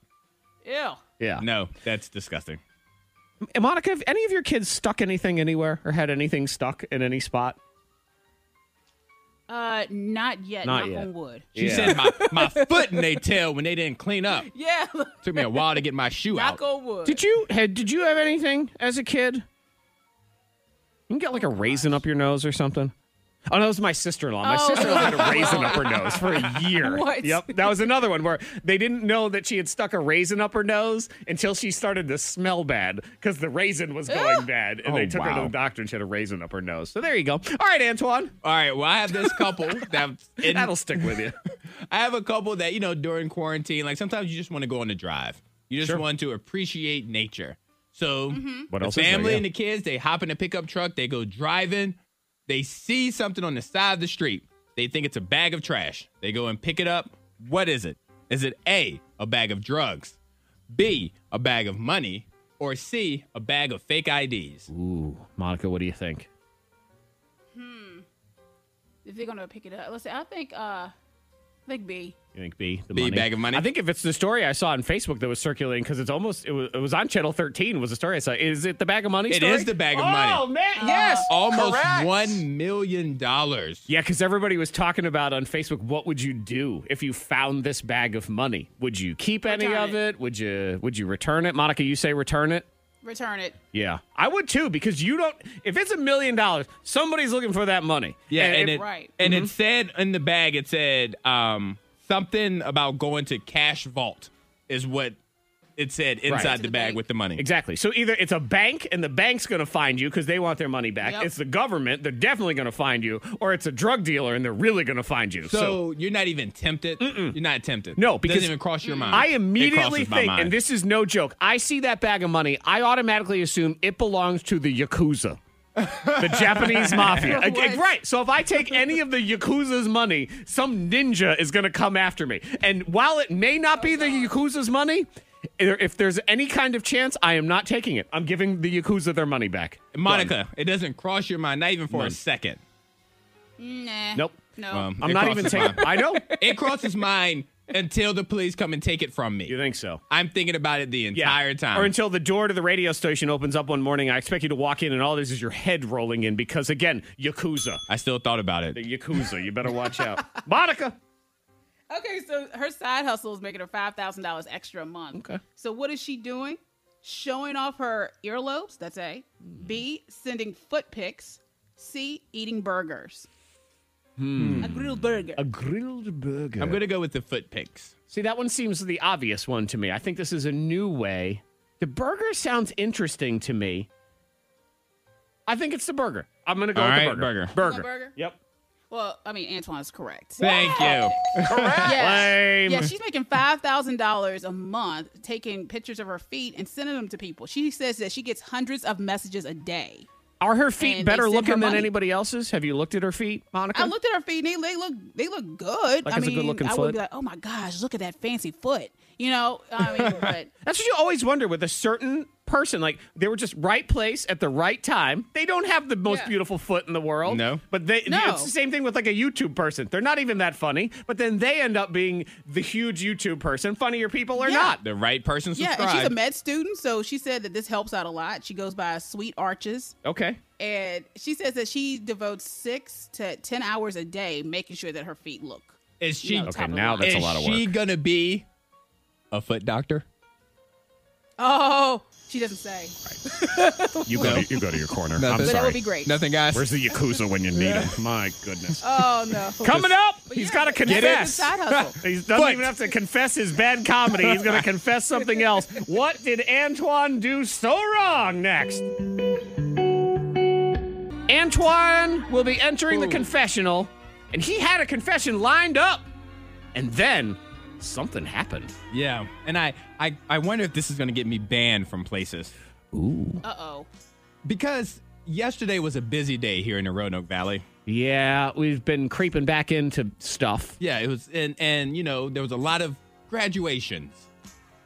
Speaker 5: Ew.
Speaker 1: Yeah,
Speaker 3: No, that's disgusting.
Speaker 1: And Monica, have any of your kids stuck anything anywhere or had anything stuck in any spot?
Speaker 5: Uh, not yet.
Speaker 1: Not
Speaker 5: knock
Speaker 1: yet.
Speaker 5: on wood.
Speaker 3: She said my, my foot in their tail when they didn't clean up.
Speaker 5: Yeah. look,
Speaker 3: Took me a while to get my shoe out.
Speaker 5: knock on wood.
Speaker 1: Did you had did you have anything as a kid? You can get like a raisin up your nose or something. Oh, no, it was my sister in law. My
Speaker 5: Oh.
Speaker 1: sister in law
Speaker 5: [laughs]
Speaker 1: had a raisin up her nose for a year.
Speaker 5: What?
Speaker 1: Yep. That was another one where they didn't know that she had stuck a raisin up her nose until she started to smell bad because the raisin was
Speaker 5: [gasps]
Speaker 1: going bad. And they
Speaker 3: Oh,
Speaker 1: took her to
Speaker 3: wow.
Speaker 1: the doctor and she had a raisin up her nose. So there you go. All right, Antoine.
Speaker 3: All right, well, I have this couple
Speaker 5: [laughs]
Speaker 3: that in-
Speaker 1: That'll stick with you.
Speaker 3: I have a couple that, you know, during quarantine, like sometimes you just want to go on a drive. You just want to appreciate nature. So
Speaker 1: What
Speaker 3: the
Speaker 1: else is there?
Speaker 3: family
Speaker 1: Yeah.
Speaker 3: and the kids, they hop in a pickup truck, they go driving, they see something on the side of the street. They think it's a bag of trash. They go and pick it up. What is it? Is it A, a bag of drugs, B, a bag of money, or C, a bag of fake
Speaker 1: [laughs]
Speaker 3: IDs?
Speaker 1: Ooh, Monica, what do you think?
Speaker 5: If they're gonna pick it up, let's say I think. Uh, I think B.
Speaker 1: You think B? The
Speaker 3: B, bag of money?
Speaker 1: I think if it's the story I saw on Facebook that was circulating, because it's almost, it was, it was on Channel 13, was the story I saw. Is it the bag of money
Speaker 3: It
Speaker 1: story?
Speaker 3: is the bag of
Speaker 1: oh,
Speaker 3: money.
Speaker 1: Oh, man. Yes.
Speaker 3: Almost
Speaker 11: Correct.
Speaker 3: $1 million.
Speaker 1: Yeah, because everybody was talking about on Facebook, what would you do if you found this bag of money? Would you keep any
Speaker 5: Return
Speaker 1: of it? Would you would you return it? Monica, you say return it?
Speaker 5: Return it.
Speaker 1: Yeah. I would too, because you don't if it's a million dollars, somebody's looking for that money.
Speaker 3: Yeah, and, it,
Speaker 5: Right.
Speaker 3: and
Speaker 1: Mm-hmm.
Speaker 3: it said in the bag, it said um, something about going to Cash Vault is what It said inside
Speaker 1: Right.
Speaker 3: the bag with the money.
Speaker 1: Exactly. So either it's a bank and the bank's going to find you because they want their money back.
Speaker 3: Yep.
Speaker 1: It's the government, they're definitely going to find you, or it's a drug dealer and they're really going to find you.
Speaker 3: So, you're not even tempted. You're not tempted.
Speaker 1: No, because Mm.
Speaker 3: doesn't even cross your mind.
Speaker 1: I
Speaker 3: It
Speaker 1: immediately
Speaker 3: crosses my
Speaker 1: think,
Speaker 3: mind.
Speaker 1: and this is no joke. I see that bag of money. I automatically assume it belongs to the yakuza,
Speaker 3: [laughs]
Speaker 1: the Japanese mafia.
Speaker 9: What?
Speaker 1: Ag- right. So if I take any of the yakuza's money, some ninja is going to come after me. And while it may not be the yakuza's money. there- If there's any kind of chance, I am not taking it. I'm giving the Yakuza their money back.
Speaker 3: Monica, it doesn't cross your mind, not even for
Speaker 1: None.
Speaker 3: a second.
Speaker 5: Nah.
Speaker 1: Nope.
Speaker 5: No.
Speaker 3: Um,
Speaker 1: Mm. I'm
Speaker 3: it
Speaker 1: not even
Speaker 3: crosses
Speaker 1: taking.
Speaker 3: mine.
Speaker 1: I know.
Speaker 3: It crosses mine until the police come and take it from me. You
Speaker 1: think so?
Speaker 3: I'm thinking about it the entire time.
Speaker 1: Or until the door to the radio station opens up one morning, I expect you to walk in and all this is your head rolling in because again, Yakuza.
Speaker 3: I still thought about it.
Speaker 1: The Yakuza. You better watch out. Monica.
Speaker 5: Okay, so her side hustle is making her five thousand dollars extra a month. Okay. So what is she doing? Showing off her earlobes. That's A. B. Sending foot pics. C. Eating burgers.
Speaker 1: Hmm.
Speaker 5: A grilled burger.
Speaker 1: A grilled burger.
Speaker 3: I'm gonna go with the foot pics.
Speaker 1: See, that one seems the obvious one to me. I think this is a new way. The burger sounds interesting to me. I think it's the burger. I'm gonna go
Speaker 3: All
Speaker 1: with
Speaker 3: right,
Speaker 1: the burger.
Speaker 3: burger.
Speaker 1: Burger.
Speaker 5: A burger.
Speaker 1: Yep.
Speaker 5: Well, I mean,
Speaker 1: [laughs]
Speaker 5: Antoine's correct.
Speaker 3: Thank you.
Speaker 5: Yeah.
Speaker 1: Lame.
Speaker 5: yeah, she's making five thousand dollars a month taking pictures of her feet and sending them to people. She says that she gets hundreds of messages a day.
Speaker 1: Are her feet
Speaker 5: And they
Speaker 1: better
Speaker 5: send her
Speaker 1: looking than
Speaker 5: money.
Speaker 1: anybody else's? Have you looked at her feet, Monica?
Speaker 5: I looked at her feet and they, they look they look good.
Speaker 1: Like
Speaker 5: I
Speaker 1: it's a
Speaker 5: mean,
Speaker 1: good-looking
Speaker 5: I
Speaker 1: foot?
Speaker 5: would be like, oh my gosh, look at that fancy foot. You know,
Speaker 1: [laughs]
Speaker 5: I mean, but
Speaker 1: That's what you always wonder with a certain person. Like they were just right place at the right time. They don't have the most
Speaker 5: Yeah.
Speaker 1: beautiful foot in the world. No. But they
Speaker 5: No.
Speaker 1: it's the same thing with like a YouTube person. They're not even that funny, but then they end up being the huge YouTube person. Funnier people or
Speaker 5: Yeah.
Speaker 1: not.
Speaker 3: The right person
Speaker 5: yeah,
Speaker 3: subscribed.
Speaker 5: and she's a med student, so she said that this helps out a lot. She goes by Sweet Arches,
Speaker 1: Okay.
Speaker 5: and she says that she devotes six to ten hours a day making sure that her feet look.
Speaker 3: Is she
Speaker 5: you know, top of the
Speaker 3: is
Speaker 5: line.
Speaker 3: She gonna be a foot doctor?
Speaker 5: Oh, she doesn't say.
Speaker 1: You
Speaker 3: No.
Speaker 1: go to, you go to your corner.
Speaker 3: Nothing.
Speaker 1: I'm
Speaker 3: But
Speaker 1: sorry.
Speaker 5: that would be great.
Speaker 3: Nothing, guys.
Speaker 1: Where's the yakuza when you need him? My
Speaker 5: [laughs]
Speaker 1: goodness.
Speaker 5: Oh no.
Speaker 1: [laughs] Coming up,
Speaker 5: But
Speaker 1: he's
Speaker 5: yeah,
Speaker 1: got to
Speaker 5: that's the
Speaker 1: confess. [laughs]
Speaker 5: side hustle.
Speaker 1: he doesn't even have to confess his bad comedy. He's [laughs] going to confess something else. What did Antoine do so wrong next? Antoine will be entering the confessional, and he had a confession lined up. And then something happened.
Speaker 3: Yeah. And I, I, I wonder if this is gonna get me banned from places.
Speaker 1: Ooh.
Speaker 5: Uh oh.
Speaker 3: Because yesterday was a busy day here in the Roanoke Valley.
Speaker 1: Yeah, we've been creeping back into stuff.
Speaker 3: Yeah, it was, and and you know there was a lot of graduations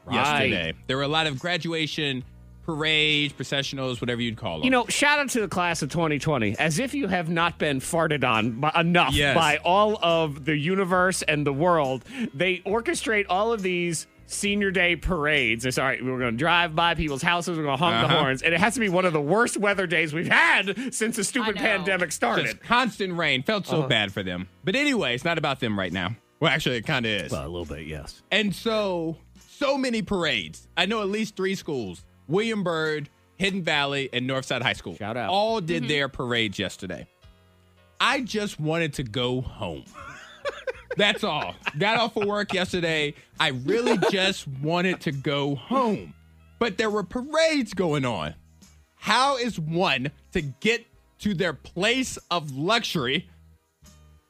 Speaker 1: Right.
Speaker 3: yesterday. There were a lot of graduation parades, processionals, whatever you'd call them.
Speaker 1: You know, shout out to the class of 2020, as if you have not been farted on by, enough
Speaker 3: Yes.
Speaker 1: by all of the universe and the world. They orchestrate all of these senior day parades. It's all right, we're going to drive by people's houses, we're going to honk the
Speaker 3: Uh-huh.
Speaker 1: horns, and it has to be one of the worst weather days we've had since the stupid pandemic started.
Speaker 3: Just constant rain felt so
Speaker 1: Uh-huh.
Speaker 3: bad for them. But anyway, it's not about them right now. Well, actually, it kind of is.
Speaker 1: a little bit, yes.
Speaker 3: And so, so many parades. I know at least three schools William Byrd, Hidden Valley, and Northside High School. Shout out. All did their parades yesterday. I just wanted to
Speaker 1: [laughs]
Speaker 3: go home. That's all. Got off of work yesterday. I really just wanted to go home. But there were parades going on. How is one to get to their place of luxury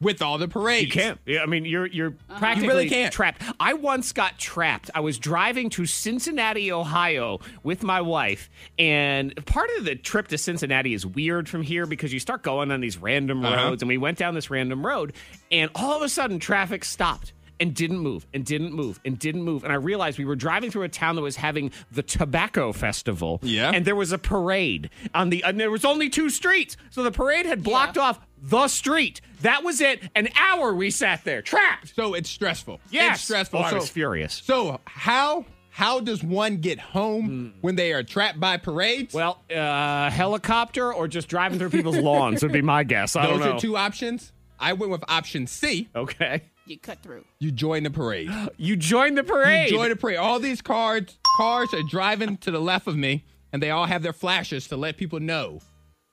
Speaker 3: with all the parades?
Speaker 1: You can't. Yeah, I mean, you're you're practically
Speaker 3: You really can't.
Speaker 1: trapped. I once got trapped. I was driving to Cincinnati, Ohio, with my wife, and part of the trip to Cincinnati is weird from here because you start going on these random
Speaker 9: Uh-huh.
Speaker 1: roads, and we went down this random road, and all of a sudden, traffic stopped. And didn't move and didn't move and didn't move. And I realized we were driving through a town that was having the tobacco festival. Yeah. And there was a parade on the, and there was only two streets. So the parade had blocked off the street. That was it. An hour we sat there trapped.
Speaker 3: So it's stressful.
Speaker 1: Yes.
Speaker 3: It's stressful.
Speaker 1: Oh, I
Speaker 3: So-
Speaker 1: was furious.
Speaker 3: So how how does one get home when they are trapped by parades?
Speaker 1: Hmm. Well, uh, helicopter or just driving through people's lawns would be my guess. I
Speaker 3: Those
Speaker 1: don't know.
Speaker 3: are two options. I went with option C.
Speaker 1: Okay.
Speaker 5: You cut through.
Speaker 3: You join the parade.
Speaker 1: you join the parade.
Speaker 3: You join the parade. All these cars cars are driving to the left of me, and they all have their flashes to let people know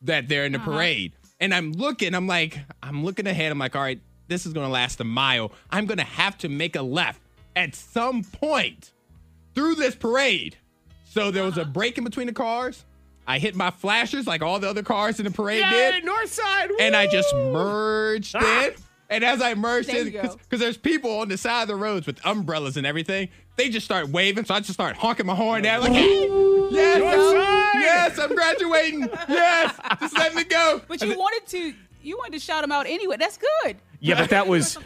Speaker 3: that they're in the parade. And I'm looking. I'm like, I'm looking ahead. I'm like, all right, this is gonna last a mile. I'm gonna have to make a left at some point. through this parade. So there was a break in between the cars. I hit my flashes like all the other cars in the parade
Speaker 1: Yay,
Speaker 3: did.
Speaker 1: north side.
Speaker 3: And I
Speaker 1: woo!
Speaker 3: just merged
Speaker 1: Ah.
Speaker 3: in. And as I merged
Speaker 1: There
Speaker 3: in,
Speaker 1: you
Speaker 3: because
Speaker 1: go.
Speaker 3: there's people on the side of the roads with umbrellas and everything, they just start waving. So I just start honking my horn at 'em, like, hey, [laughs] yes,
Speaker 14: North
Speaker 3: I'm,
Speaker 14: side.
Speaker 3: yes, I'm graduating. yes, just let
Speaker 1: [laughs]
Speaker 3: me go.
Speaker 5: But you wanted to, you wanted to shout him out anyway. That's good.
Speaker 1: Yeah, but that was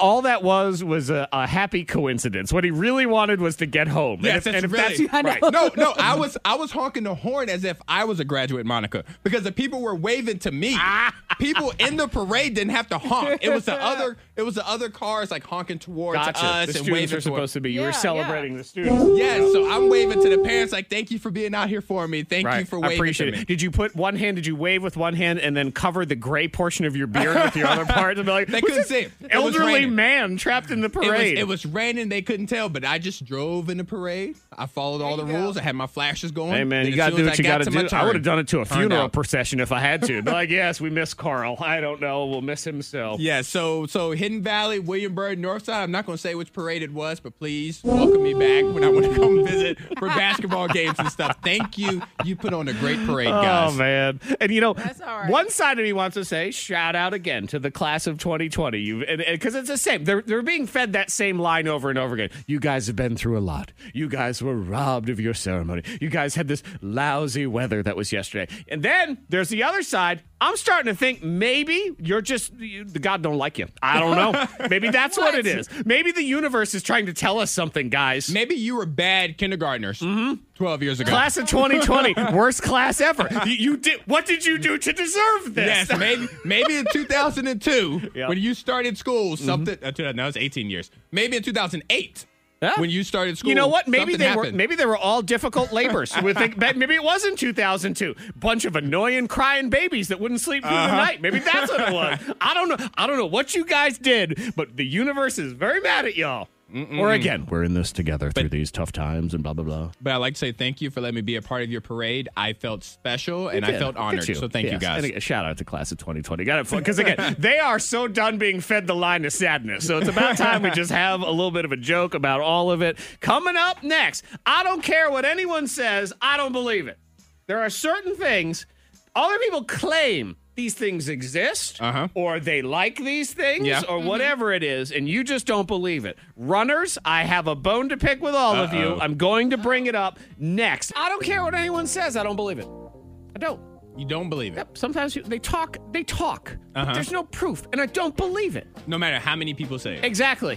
Speaker 1: all that was was a, a happy coincidence. What he really wanted was to get home. And
Speaker 3: Yes,
Speaker 1: if- and if,
Speaker 3: that's really-
Speaker 1: that's [laughs] right.
Speaker 3: No, no, I was I was honking the horn as if I was a graduate, Monica, because the people were waving to me.
Speaker 1: Ah.
Speaker 3: people in the parade didn't have to honk. It
Speaker 1: [laughs]
Speaker 3: was the other it was the other cars like honking towards
Speaker 1: Gotcha.
Speaker 3: us
Speaker 1: The
Speaker 3: and
Speaker 1: students
Speaker 3: waving
Speaker 1: were supposed to be. You were Yeah, yeah. celebrating the
Speaker 3: students. Yes, so I'm waving to the parents like thank you for being out here for me. Thank you for
Speaker 1: I
Speaker 3: waving
Speaker 1: appreciate
Speaker 3: to me.
Speaker 1: it. Did you put one hand? Did you wave with one hand and then cover the gray portion of your beard with your
Speaker 3: [laughs]
Speaker 1: other part? And be like,
Speaker 3: They
Speaker 1: "Who's this
Speaker 3: couldn't see it. It was
Speaker 1: elderly
Speaker 3: raining.
Speaker 1: man trapped in the
Speaker 3: It was-
Speaker 1: parade.
Speaker 3: It was, raining. They couldn't tell, but I just drove in the parade. I followed all the rules. I had my flashes going.
Speaker 1: Hey man,
Speaker 3: Then
Speaker 1: you
Speaker 3: as
Speaker 1: gotta
Speaker 3: soon
Speaker 1: do
Speaker 3: as
Speaker 1: what you
Speaker 3: got
Speaker 1: gotta
Speaker 3: my
Speaker 1: do. I
Speaker 3: turn,
Speaker 1: would have done it to a
Speaker 3: turned
Speaker 1: funeral
Speaker 3: out.
Speaker 1: procession if I had to. Be
Speaker 3: [laughs]
Speaker 1: like, yes, we miss Carl. I don't know. We'll miss him so.
Speaker 3: Yeah, so so Hidden Valley, William Byrd, Northside. I'm not going to say which parade it was, but please welcome me back when I want to come visit for basketball games and stuff. Thank you. You put on a great parade, guys.
Speaker 1: Oh man! And you know, one side of me wants to say shout out again to the class of 2020. You because it's the same. They're they're being fed that same line over and over again. You guys have been through a lot. You guys were robbed of your ceremony. You guys had this lousy weather that was yesterday. And then there's the other side. I'm starting to think maybe you're just you, the God don't like you. I don't know. maybe that's what? it is. Maybe the universe is trying to tell us something, guys.
Speaker 3: Maybe you were bad kindergartners 12 years ago.
Speaker 1: Mm-hmm. Class of
Speaker 3: [laughs]
Speaker 1: 2020, worst class ever. You, you did. What did you do to deserve this?
Speaker 3: Yes, maybe maybe in 2002
Speaker 1: [laughs] Yeah. Mm-hmm.
Speaker 3: when you started school, something. uh, 2000 No, it's 18 years. Maybe in 2008
Speaker 1: Huh?
Speaker 3: when you started school.
Speaker 1: Ah, You know what? Maybe
Speaker 3: something
Speaker 1: they were
Speaker 3: happened.
Speaker 1: maybe they were all difficult labors. We think [laughs] but maybe it was in 2002. Bunch of annoying crying babies that wouldn't sleep through the
Speaker 3: Uh-huh.
Speaker 1: night. Maybe that's what it
Speaker 3: [laughs]
Speaker 1: was. I don't know. I don't know what you guys did, but the universe is very mad at y'all. Or again, we're in this together through these tough times and blah blah blah.
Speaker 3: But I'd like to say thank you for letting me be a part of your parade. I felt special and
Speaker 1: You
Speaker 3: I
Speaker 1: did.
Speaker 3: felt
Speaker 1: Look at
Speaker 3: honored. So thank you
Speaker 1: Yes.
Speaker 3: guys.
Speaker 1: And a shout out to class of 2020. Got it because
Speaker 3: [laughs]
Speaker 1: again, they are so done being fed the line of sadness. So it's about time we just have a little bit of a joke about all of it. Coming up next, I don't care what anyone says. I don't believe it. There are certain things other people claim these things exist or they like these things
Speaker 3: Uh-huh. Yeah.
Speaker 1: or whatever it is and you just don't believe it runners i have a bone to pick with all of you
Speaker 3: Uh-oh.
Speaker 1: i'm going to bring it up next i don't care what anyone says i don't believe it i don't
Speaker 3: You don't believe it.
Speaker 1: Sometimes you, they talk, they talk. but
Speaker 3: Uh-huh.
Speaker 1: There's no proof, and I don't believe it.
Speaker 3: No matter how many people say it.
Speaker 1: Exactly.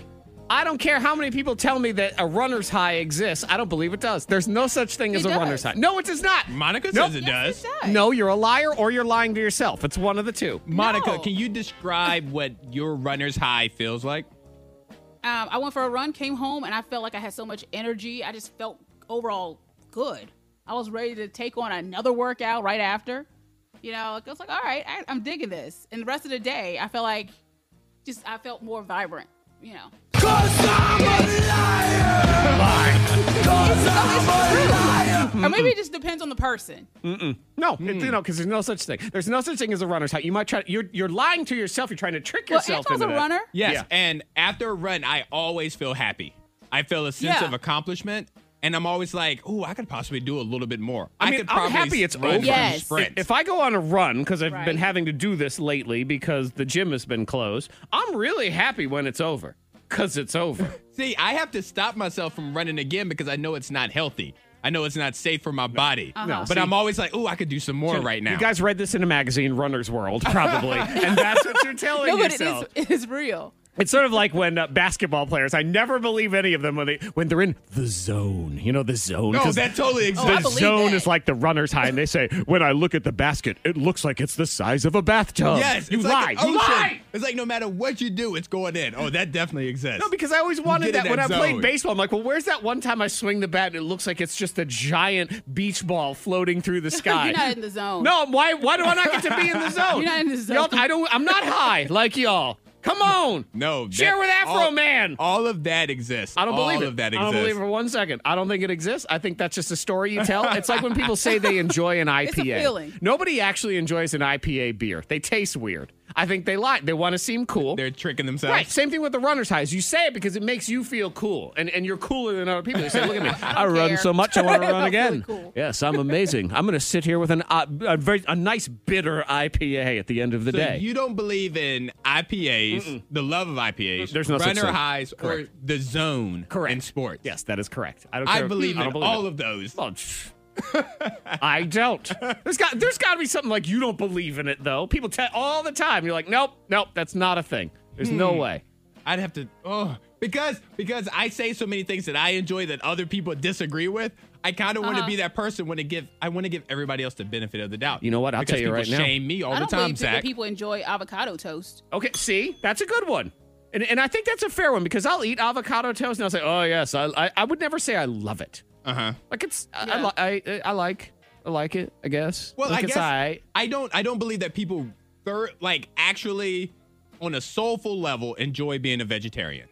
Speaker 1: I don't care how many people tell me that a runner's high exists. I don't believe it does. There's no such thing as a runner's high. No, it does not.
Speaker 3: Monica
Speaker 1: Nope.
Speaker 3: says it does.
Speaker 1: No, you're a liar or you're lying to yourself. It's one of the two.
Speaker 3: Monica, can you describe what your runner's high feels like?
Speaker 5: Um, I went for a run, came home, and I felt like I had so much energy. I just felt overall good. I was ready to take on another workout right after. You know, like, I was like, all right, I, I'm digging this. And the rest of the day, I felt like just I felt more vibrant. You know, or maybe it just depends on the person.
Speaker 1: Mm-mm. No, it-
Speaker 5: Hmm.
Speaker 1: you know, because there's no such thing. There's no such thing as a runner's high. You might try. You're you're lying to yourself. You're trying to trick
Speaker 5: Well,
Speaker 1: yourself.
Speaker 5: Anton's
Speaker 1: into
Speaker 5: a
Speaker 1: that.
Speaker 5: runner.
Speaker 3: Yes.
Speaker 1: Yeah.
Speaker 3: And after a run, I always feel happy. I feel a sense
Speaker 5: Yeah.
Speaker 3: of accomplishment. And I'm always like, oh, I could possibly do a little bit more.
Speaker 1: I mean,
Speaker 3: could
Speaker 1: I'm happy it's
Speaker 3: run
Speaker 1: over.
Speaker 3: some sprints.
Speaker 1: If I go on a run because I've
Speaker 5: Right.
Speaker 1: been having to do this lately because the gym has been closed, I'm really happy when it's over because it's over.
Speaker 3: See, I have to stop myself from running again because I know it's not healthy. I know it's not safe for my body.
Speaker 1: No,
Speaker 3: But
Speaker 1: see-
Speaker 3: I'm always like, oh, I could do some more right now.
Speaker 1: You guys read this in a magazine, Runner's World,
Speaker 5: [laughs]
Speaker 1: probably, and that's what you're telling
Speaker 5: No, but it
Speaker 1: yourself.
Speaker 5: is [laughs] it is real.
Speaker 1: It's sort of like when uh, basketball players. I never believe any of them when they when they're in the zone. You know the zone.
Speaker 3: No,
Speaker 1: 'Cause
Speaker 3: Oh, that
Speaker 1: [laughs]
Speaker 3: totally exists.
Speaker 1: The zone is like the runner's high, and they say, "When I look at the basket, it looks like it's the size of a bathtub."
Speaker 3: Yes,
Speaker 1: you
Speaker 3: it's
Speaker 1: lie.
Speaker 3: Like an
Speaker 1: you
Speaker 3: ocean.
Speaker 1: lie.
Speaker 3: It's like no matter what you do, it's going in. Oh, that definitely exists.
Speaker 1: No, because I always
Speaker 3: get
Speaker 1: wanted
Speaker 3: in
Speaker 1: that, when
Speaker 3: that
Speaker 1: I
Speaker 3: zone.
Speaker 1: played baseball. I'm like, well, where's that one time I swing the bat and it looks like it's just a giant beach ball floating through
Speaker 5: [laughs]
Speaker 1: the sky?
Speaker 5: You're not in the zone.
Speaker 1: No, why? Why do I not get to be in
Speaker 5: [laughs]
Speaker 1: the zone?
Speaker 5: You're not in the zone.
Speaker 1: Y'all, I don't. I'm not high like y'all. Come on.
Speaker 3: no,
Speaker 1: Share with Afro
Speaker 3: all-
Speaker 1: Man.
Speaker 3: All of that exists.
Speaker 1: I don't
Speaker 3: all
Speaker 1: believe it.
Speaker 3: of that
Speaker 1: I
Speaker 3: exists.
Speaker 1: don't believe it for one second. I don't think it exists. I think that's just a story you tell. It's like
Speaker 15: [laughs]
Speaker 1: when people say they enjoy an IPA.
Speaker 5: feeling.
Speaker 1: Nobody actually enjoys an IPA beer. They taste weird. I think they lie. They want to seem cool.
Speaker 3: They're tricking themselves.
Speaker 1: Right. Same thing with the runner's highs. You say it because it makes you feel cool, and, and you're cooler than other people. You
Speaker 15: [laughs]
Speaker 1: say, "Look at me! I, run
Speaker 15: care.
Speaker 1: so much,
Speaker 15: [laughs]
Speaker 1: I want to run
Speaker 15: I'm
Speaker 1: again."
Speaker 15: really cool.
Speaker 1: Yes, I'm amazing. I'm going to sit here with an uh, a very a nice bitter IPA at the end of the
Speaker 3: So
Speaker 1: day.
Speaker 3: you don't believe in IPAs, the love of IPAs,
Speaker 1: There's no such
Speaker 3: runner
Speaker 1: thing.
Speaker 3: highs,
Speaker 1: Correct.
Speaker 3: or the zone
Speaker 1: Correct.
Speaker 3: in sports.
Speaker 1: Yes, that is correct. I don't.
Speaker 3: I
Speaker 1: care if-
Speaker 3: believe
Speaker 1: I
Speaker 3: in
Speaker 1: don't
Speaker 3: all
Speaker 1: it.
Speaker 3: of those.
Speaker 1: Well, pff, I don't. There's got there's got to be something like you don't believe in it though. People tell all the time. You're like, nope, nope, that's not a thing. There's no
Speaker 3: Hmm.
Speaker 1: way.
Speaker 3: I'd have to oh because because I say so many things that I enjoy that other people disagree with. I kind of want to
Speaker 5: Uh-huh.
Speaker 3: be that person when to give I want to give everybody else the benefit of the doubt.
Speaker 1: You know what? I'll
Speaker 3: Because
Speaker 1: tell you
Speaker 3: people
Speaker 1: right now.
Speaker 3: Shame me all
Speaker 5: I
Speaker 3: the
Speaker 5: don't
Speaker 3: time,
Speaker 5: believe that
Speaker 3: Zach.
Speaker 5: people enjoy avocado toast.
Speaker 1: Okay, see, that's a good one. And, and I think that's a fair one because I'll eat avocado toast and I'll say, oh, yes, I, I, I would never say I love it.
Speaker 3: Uh huh.
Speaker 1: Like, it's, I- I, li- I, I like, I like it, I guess.
Speaker 3: Well,
Speaker 1: like
Speaker 3: I
Speaker 1: it's
Speaker 3: guess
Speaker 1: aight.
Speaker 3: I don't I don't believe that people thir- like actually on a soulful level enjoy being a vegetarian.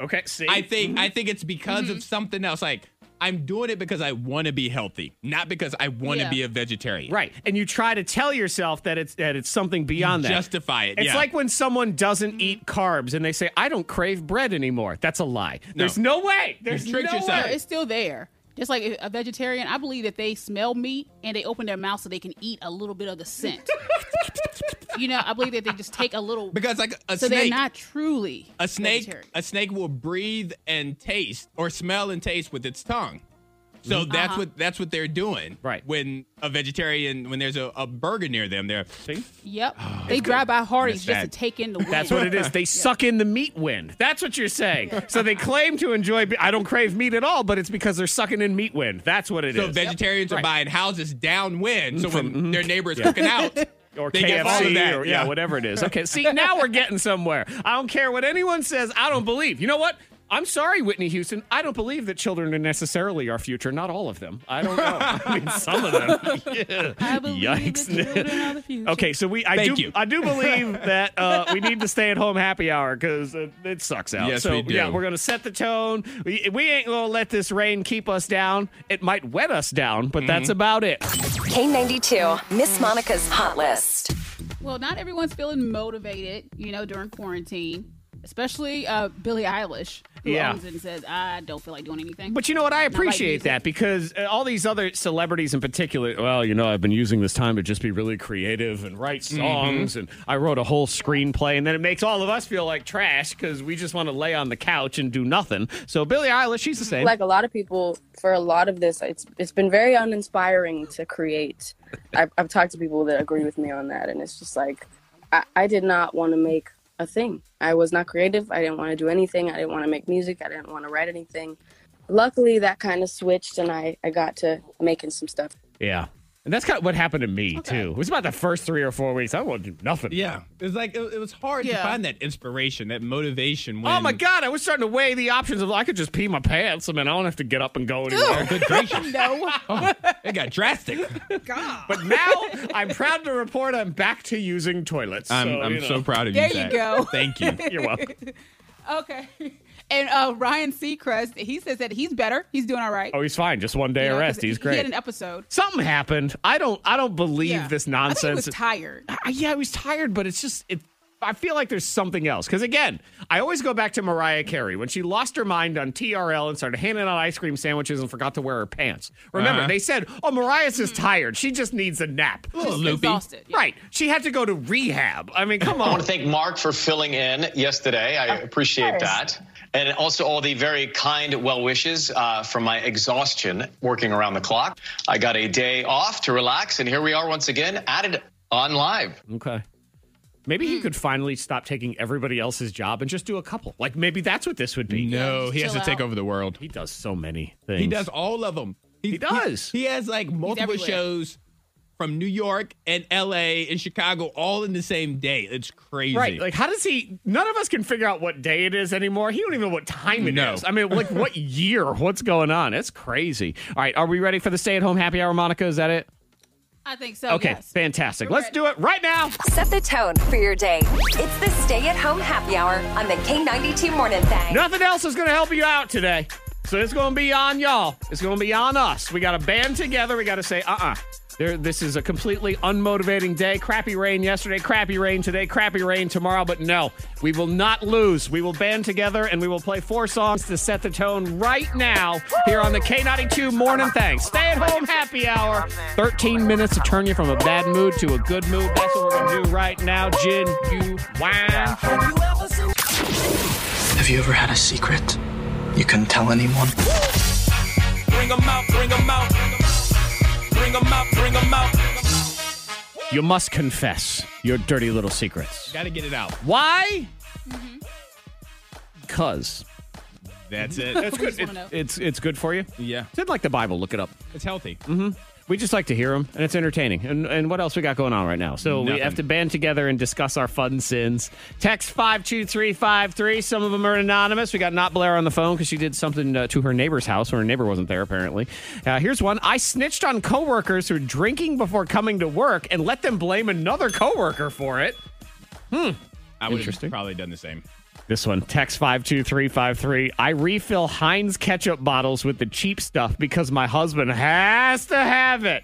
Speaker 1: Okay, see?
Speaker 3: I think
Speaker 5: Mm-hmm.
Speaker 3: I think it's because of something else. Like I'm doing it because I want to be healthy, not because I want to
Speaker 1: Yeah.
Speaker 3: be a vegetarian.
Speaker 1: Right. And you try to tell yourself that it's that it's something beyond that.
Speaker 3: Justify it,
Speaker 1: It's
Speaker 3: yeah. Mm-hmm.
Speaker 1: like when someone doesn't eat carbs and they say, I don't crave bread anymore. That's a lie. There's no way. There's no way.
Speaker 5: It's still there. Just like a vegetarian, I believe that they smell meat and they open their mouth so they can eat a little bit of the scent. you know, I believe that they just take a little
Speaker 3: Because like a
Speaker 5: so they're
Speaker 3: snake-
Speaker 5: not truly
Speaker 3: A snake
Speaker 5: vegetarian.
Speaker 3: a snake will breathe and taste or smell and taste with its tongue. So
Speaker 1: Mm-hmm.
Speaker 5: Mhm.
Speaker 3: that's
Speaker 5: Uh-huh.
Speaker 3: what that's what they're doing. Right. When a vegetarian when there's a, a burger near them, they're
Speaker 5: Yep,
Speaker 1: Oh,
Speaker 5: they drive by Hardee's
Speaker 3: Missed
Speaker 5: just to
Speaker 3: that.
Speaker 5: take in the wind.
Speaker 1: That's what it is. They suck in the meat wind. That's what you're saying. So they claim to enjoy. Be- I don't crave meat at all, but it's because they're sucking in meat wind. That's what it is.
Speaker 3: so vegetarians are
Speaker 1: Right. Mm, mm-hmm.
Speaker 3: buying houses downwind. So when their neighbor is
Speaker 1: Yeah.
Speaker 3: cooking out,
Speaker 1: [laughs] Or
Speaker 3: they
Speaker 1: KFC,
Speaker 3: get all of that.
Speaker 1: or yeah. whatever it is. Okay, see, now we're getting somewhere. I don't care what anyone says. I don't believe. You know what? I'm sorry, Whitney Houston. I don't believe that children are necessarily our future. Not all of them. I don't know. I mean, some of them. Yeah. Yikes. Okay, so we I
Speaker 15: Thank
Speaker 1: do
Speaker 15: you.
Speaker 1: I do believe that uh, we need to stay at home happy hour because uh, it sucks out.
Speaker 15: Yes,
Speaker 1: so
Speaker 15: we do.
Speaker 1: yeah, we're gonna set the tone. We, we ain't gonna let this rain keep us down. It might wet us down, but that's about it.
Speaker 2: K92, Miss Monica's Hot List.
Speaker 5: Well, not everyone's feeling motivated, you know, during quarantine, especially uh, Billie Eilish, who
Speaker 1: Yeah.
Speaker 5: owns it and says, "I don't feel like doing anything."
Speaker 1: But you know what? I
Speaker 5: Not like
Speaker 1: appreciate
Speaker 5: music.
Speaker 1: that because uh, all these other celebrities in particular, well, you know, I've been using this time to just be really creative and write
Speaker 5: Mm-hmm.
Speaker 1: songs. And I wrote a whole screenplay. And then it makes all of us feel like trash because we just want to lay on the couch and do nothing. So Billie Eilish, she's the same.
Speaker 12: Like a lot of people, for a lot of this, it's it's been very uninspiring to create. [laughs] I've, I've talked to people that agree with me on that, and it's just like I, I did not want to make a thing. I was not creative. I didn't want to do anything. I didn't want to make music. I didn't want to write anything. Luckily, that kind of switched, and I I got to making some stuff.
Speaker 1: yeah. And that's kind of what happened to me, too. It was about the first three or four weeks. I wanted to do nothing.
Speaker 3: Yeah. It was like it, it was hard to
Speaker 1: Yeah.
Speaker 3: find that inspiration, that motivation. When,
Speaker 1: oh my god! I was starting to weigh the options of I could just pee my pants. I mean, I don't have to get up and go anywhere.
Speaker 3: Good gracious! Oh,
Speaker 5: no,
Speaker 3: it got
Speaker 1: [laughs]
Speaker 3: drastic.
Speaker 1: But now I'm proud to report I'm back to using toilets.
Speaker 3: I'm,
Speaker 1: so,
Speaker 3: I'm
Speaker 1: you know.
Speaker 3: so proud of
Speaker 5: There
Speaker 3: you.
Speaker 5: you
Speaker 3: Zach.
Speaker 5: go.
Speaker 3: Thank you.
Speaker 1: [laughs] You're welcome.
Speaker 5: okay. [laughs] And uh, Ryan Seacrest, he says that he's better. He's doing all right.
Speaker 1: Oh, he's fine. Just one day
Speaker 5: You know, 'cause
Speaker 1: arrest. He's
Speaker 5: he- He
Speaker 1: great.
Speaker 5: had an episode.
Speaker 1: Something happened. I don't. I don't believe
Speaker 5: Yeah.
Speaker 1: this
Speaker 5: I think he was
Speaker 1: nonsense.
Speaker 5: tired.
Speaker 1: I- yeah, he was tired, but it's just it. I feel like there's something else. Because again, I always go back to Mariah Carey when she lost her mind on TRL and started handing out ice cream sandwiches and forgot to wear her pants. Remember,
Speaker 15: Uh-huh.
Speaker 1: they said, "Oh, Mariah's just tired. She just needs a nap."
Speaker 15: A little Just loopy. exhausted,
Speaker 1: Right. She had to go to rehab. I mean, come
Speaker 11: I
Speaker 1: on.
Speaker 11: want to thank Mark for filling in yesterday. I appreciate
Speaker 1: course.
Speaker 11: that. And also all the very kind well wishes uh, from my exhaustion working around the clock. I got a day off to relax, and here we are once again added on live.
Speaker 1: Okay. Maybe
Speaker 5: Hmm.
Speaker 1: he could finally stop taking everybody else's job and just do a couple. Like maybe that's what this would be.
Speaker 3: No, he has Chill to take out. over the world.
Speaker 1: He does so many things.
Speaker 3: He does all of them. He, does. He, he has like multiple
Speaker 1: everywhere.
Speaker 3: shows from New York and LA and Chicago all in the same day. It's crazy.
Speaker 1: Right. Like how does he none of us can figure out what day it is anymore. He don't even know what time it is.
Speaker 3: No.
Speaker 1: I mean, like what year? What's going on? It's crazy. All right, are we ready for the stay at home happy hour, Monica? Is that it?
Speaker 5: I think so.
Speaker 1: okay,
Speaker 5: Oh, yes.
Speaker 1: fantastic. Let's do it right now.
Speaker 2: Set the tone for your day. It's the stay at home happy hour on the K92 Morning Thing.
Speaker 1: Nothing else is going to help you out today. So it's going to be on y'all. It's going to be on us. We got to band together. We got to say, uh uh There, this is a completely unmotivating day. Crappy rain yesterday, crappy rain today, crappy rain tomorrow. But no, we will not lose. We will band together and we will play four songs to set the tone right now here on the K92 Morning Thing. Stay at home happy hour. 13 minutes to turn you from a bad mood to a good mood. That's what we're going to do right now. Gin, you, wine.
Speaker 11: Have you ever had a secret you couldn't tell anyone?
Speaker 16: Bring them out, bring them out. Bring them out, bring them out.
Speaker 1: You must confess your dirty little secrets.
Speaker 3: Gotta get it out.
Speaker 1: Why? Because
Speaker 3: That's it.
Speaker 1: That's good. It- it's it's good for you.
Speaker 3: Yeah.
Speaker 1: It's like the Bible. Look it up.
Speaker 3: It's healthy.
Speaker 1: Mm-hmm. We just like to hear them, and it's entertaining. And and what else we got going on right now? So we
Speaker 3: Nothing.
Speaker 1: have to band together and discuss our fun sins. Text five two three five three. Some of them are anonymous. We got not Blair on the phone because she did something uh, to her neighbor's house when her neighbor wasn't there. Apparently, uh, here's one. I snitched on coworkers who were drinking before coming to work and let them blame another coworker for it. Hmm.
Speaker 3: I would
Speaker 1: Interesting.
Speaker 3: have probably done the same.
Speaker 1: This one, text 52353. I refill Heinz ketchup bottles with the cheap stuff because my husband has to have it.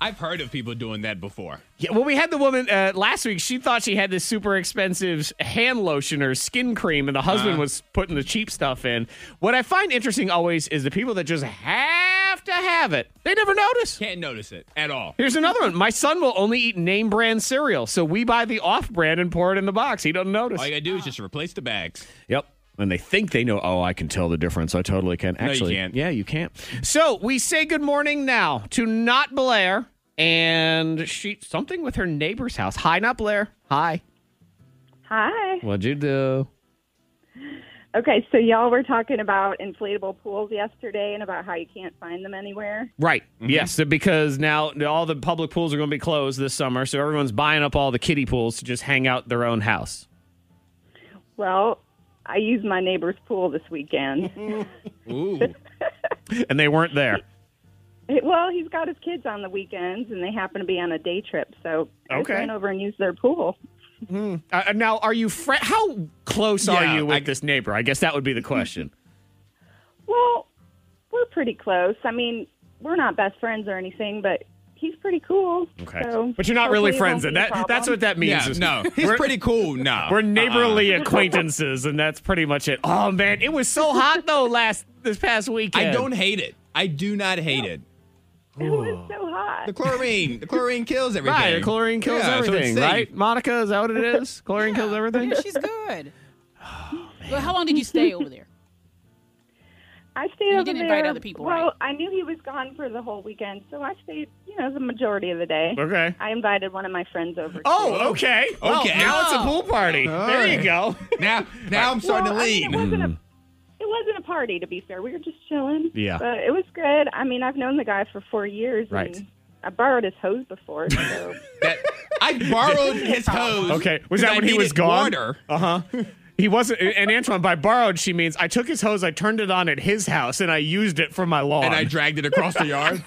Speaker 3: I've heard of people doing that before.
Speaker 1: Yeah, well, we had the woman uh, last week. She thought she had this super expensive hand lotion or skin cream, and the husband
Speaker 3: Uh-huh.
Speaker 1: was putting the cheap stuff in. What I find interesting always is the people that just have to have it, they never notice.
Speaker 3: Can't notice it at all.
Speaker 1: Here's another one. My son will only eat name brand cereal, so we buy the off brand and pour it in the box. He doesn't notice.
Speaker 3: All you gotta do is just replace the bags.
Speaker 1: Yep. And they think they know, oh, I can tell the difference. I totally can.
Speaker 3: you
Speaker 1: Actually,
Speaker 3: can't.
Speaker 1: yeah, you can't. So we say good morning now to Not Blair and she something with her neighbor's house. Hi, Not Blair. Hi.
Speaker 12: Hi.
Speaker 1: What'd you do?
Speaker 12: Okay, so y'all were talking about inflatable pools yesterday and about how you can't find them anywhere.
Speaker 1: Right.
Speaker 12: Mm-hmm.
Speaker 1: Yes, because now all the public pools are going to be closed this summer, so everyone's buying up all the kiddie pools to just hang out their own house.
Speaker 12: Well, I used my neighbor's pool this weekend.
Speaker 1: Ooh. and they weren't there.
Speaker 12: It- well, he's got his kids on the weekends, and they happen to be on a day trip, so I just
Speaker 1: Okay.
Speaker 12: ran over and used their pool.
Speaker 1: Uh, now, are you fr- how close
Speaker 12: Yeah, Mm-hmm.
Speaker 1: are you with this neighbor? I guess that would be the question.
Speaker 12: Well, we're pretty close. I mean, we're not best friends or anything, but he's pretty cool.
Speaker 1: Okay.
Speaker 12: so
Speaker 1: but you're not really
Speaker 12: hopefully it
Speaker 1: friends, and
Speaker 12: won't be a
Speaker 1: that, that's
Speaker 12: problem.
Speaker 1: what that means.
Speaker 3: Yeah,
Speaker 1: is [laughs]
Speaker 3: no. He's
Speaker 1: we're-
Speaker 3: pretty cool. No.
Speaker 1: We're neighborly
Speaker 3: Uh-uh.
Speaker 1: acquaintances, and that's pretty much it. Oh man, it was so hot though last this past weekend.
Speaker 3: I don't hate it. I do not hate it.
Speaker 12: [laughs] It was so hot.
Speaker 3: The chlorine. The chlorine kills everything.
Speaker 1: Right, the chlorine kills
Speaker 3: Yeah, so it's
Speaker 1: everything,
Speaker 3: safe.
Speaker 1: right? Monica, is that what it
Speaker 3: [laughs]
Speaker 1: is? Chlorine kills everything.
Speaker 5: Yeah, she's
Speaker 1: [sighs]
Speaker 5: good.
Speaker 1: Oh,
Speaker 5: well, how long did you stay over there?
Speaker 12: I stayed
Speaker 5: You
Speaker 12: over
Speaker 5: didn't
Speaker 12: there.
Speaker 5: invite other people,
Speaker 12: Well,
Speaker 5: right?
Speaker 12: I knew he was gone for the whole weekend, so I stayed, you know, the majority of the day.
Speaker 1: Okay.
Speaker 12: I invited one of my friends over. too.
Speaker 1: Oh, okay. Well,
Speaker 3: Okay.
Speaker 1: now it's a pool party.
Speaker 3: All
Speaker 1: there
Speaker 3: right.
Speaker 1: you go.
Speaker 3: Now, now I'm starting
Speaker 12: Well,
Speaker 3: to
Speaker 12: I mean,
Speaker 3: lean.
Speaker 12: it wasn't a-
Speaker 17: Mm-hmm.
Speaker 12: It wasn't a party, to be fair. We were just chilling.
Speaker 3: Yeah.
Speaker 12: But it was good. I mean, I've known the guy for four years.
Speaker 1: Right.
Speaker 12: And I borrowed his hose before.
Speaker 3: [laughs]
Speaker 12: So.
Speaker 3: I borrowed
Speaker 12: [laughs]
Speaker 3: his hose.
Speaker 1: Okay, was that
Speaker 3: because
Speaker 1: when
Speaker 3: I
Speaker 1: he was
Speaker 3: needed
Speaker 1: gone?
Speaker 3: Water.
Speaker 1: Uh huh. He wasn't. And Antoine, by borrowed, she means I took his hose, I turned it on at his house, and I used it for my lawn.
Speaker 3: And I dragged it across
Speaker 1: [laughs]
Speaker 3: the yard.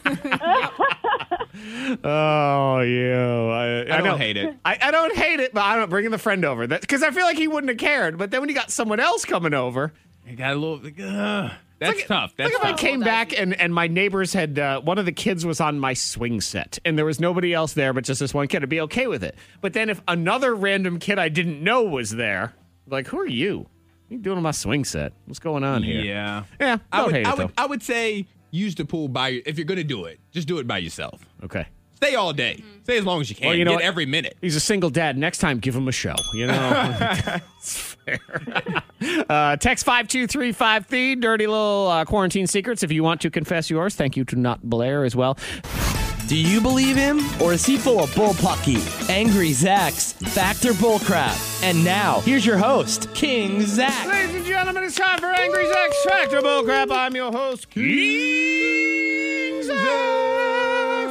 Speaker 1: Oh, yeah. I,
Speaker 3: don't hate it.
Speaker 1: I, I don't hate it, but I don't bringing the friend over that because I feel like he wouldn't have cared. But then when you got someone else coming over,
Speaker 3: I got a little. ugh. that's tough.
Speaker 1: like
Speaker 3: That's
Speaker 1: if I
Speaker 3: tough.
Speaker 1: came back and and my neighbors had uh, one of the kids was on my swing set and there was nobody else there but just this one kid, I'd be okay with it. But then if another random kid I didn't know was there, like who are you? What are you doing on my swing set? What's going on here?
Speaker 3: Yeah.
Speaker 1: yeah.
Speaker 3: I
Speaker 1: don't
Speaker 3: would,
Speaker 1: hate
Speaker 3: I
Speaker 1: it,
Speaker 3: would, I would say use the pool by if you're gonna do it, just do it by yourself.
Speaker 1: though. Okay.
Speaker 3: Stay all day.
Speaker 12: Mm-hmm.
Speaker 3: Stay as long as you can.
Speaker 1: Well, you know
Speaker 3: Get
Speaker 1: what?
Speaker 3: every minute.
Speaker 1: He's a single dad. Next time, give him a show. You
Speaker 3: [laughs]
Speaker 1: know, [laughs] it's fair. uh, text five two three five three. Dirty little uh, quarantine secrets. If you want to confess yours, thank you to Not Blair as well.
Speaker 18: Do you believe him, or is he full of bullpucky? Angry Zach's Factor Bullcrap. And now, here's your host, King Zach.
Speaker 1: Ladies and gentlemen, it's time for Angry Zach's Factor Bullcrap. I'm your host, King Zach.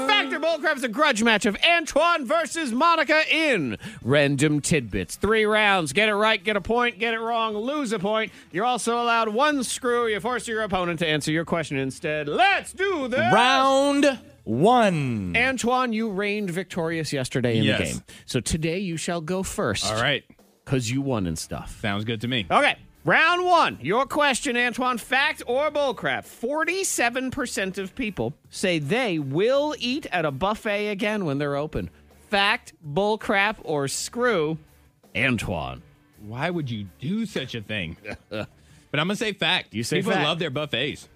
Speaker 1: Factor Bullcrap's a grudge match of Antoine versus Monica in random tidbits. Three rounds. Get it right, get a point. Get it wrong, lose a point. You're also allowed one screw. You force your opponent to answer your question instead. Let's do this.
Speaker 18: Round one.
Speaker 1: Antoine, you reigned victorious yesterday in the
Speaker 18: Yes.
Speaker 1: game. So today you shall go first.
Speaker 18: All
Speaker 1: right. Because you won and stuff.
Speaker 3: Sounds good to me.
Speaker 1: Okay. Round one. Your question, Antoine. Fact or bullcrap? 47% of people say they will eat at a buffet again when they're open. Fact, bullcrap, or screw? Antoine.
Speaker 3: Why would you do such
Speaker 1: [laughs]
Speaker 3: a thing? but I'm gonna say fact. You
Speaker 1: say
Speaker 3: people
Speaker 1: fact.
Speaker 3: love their buffets.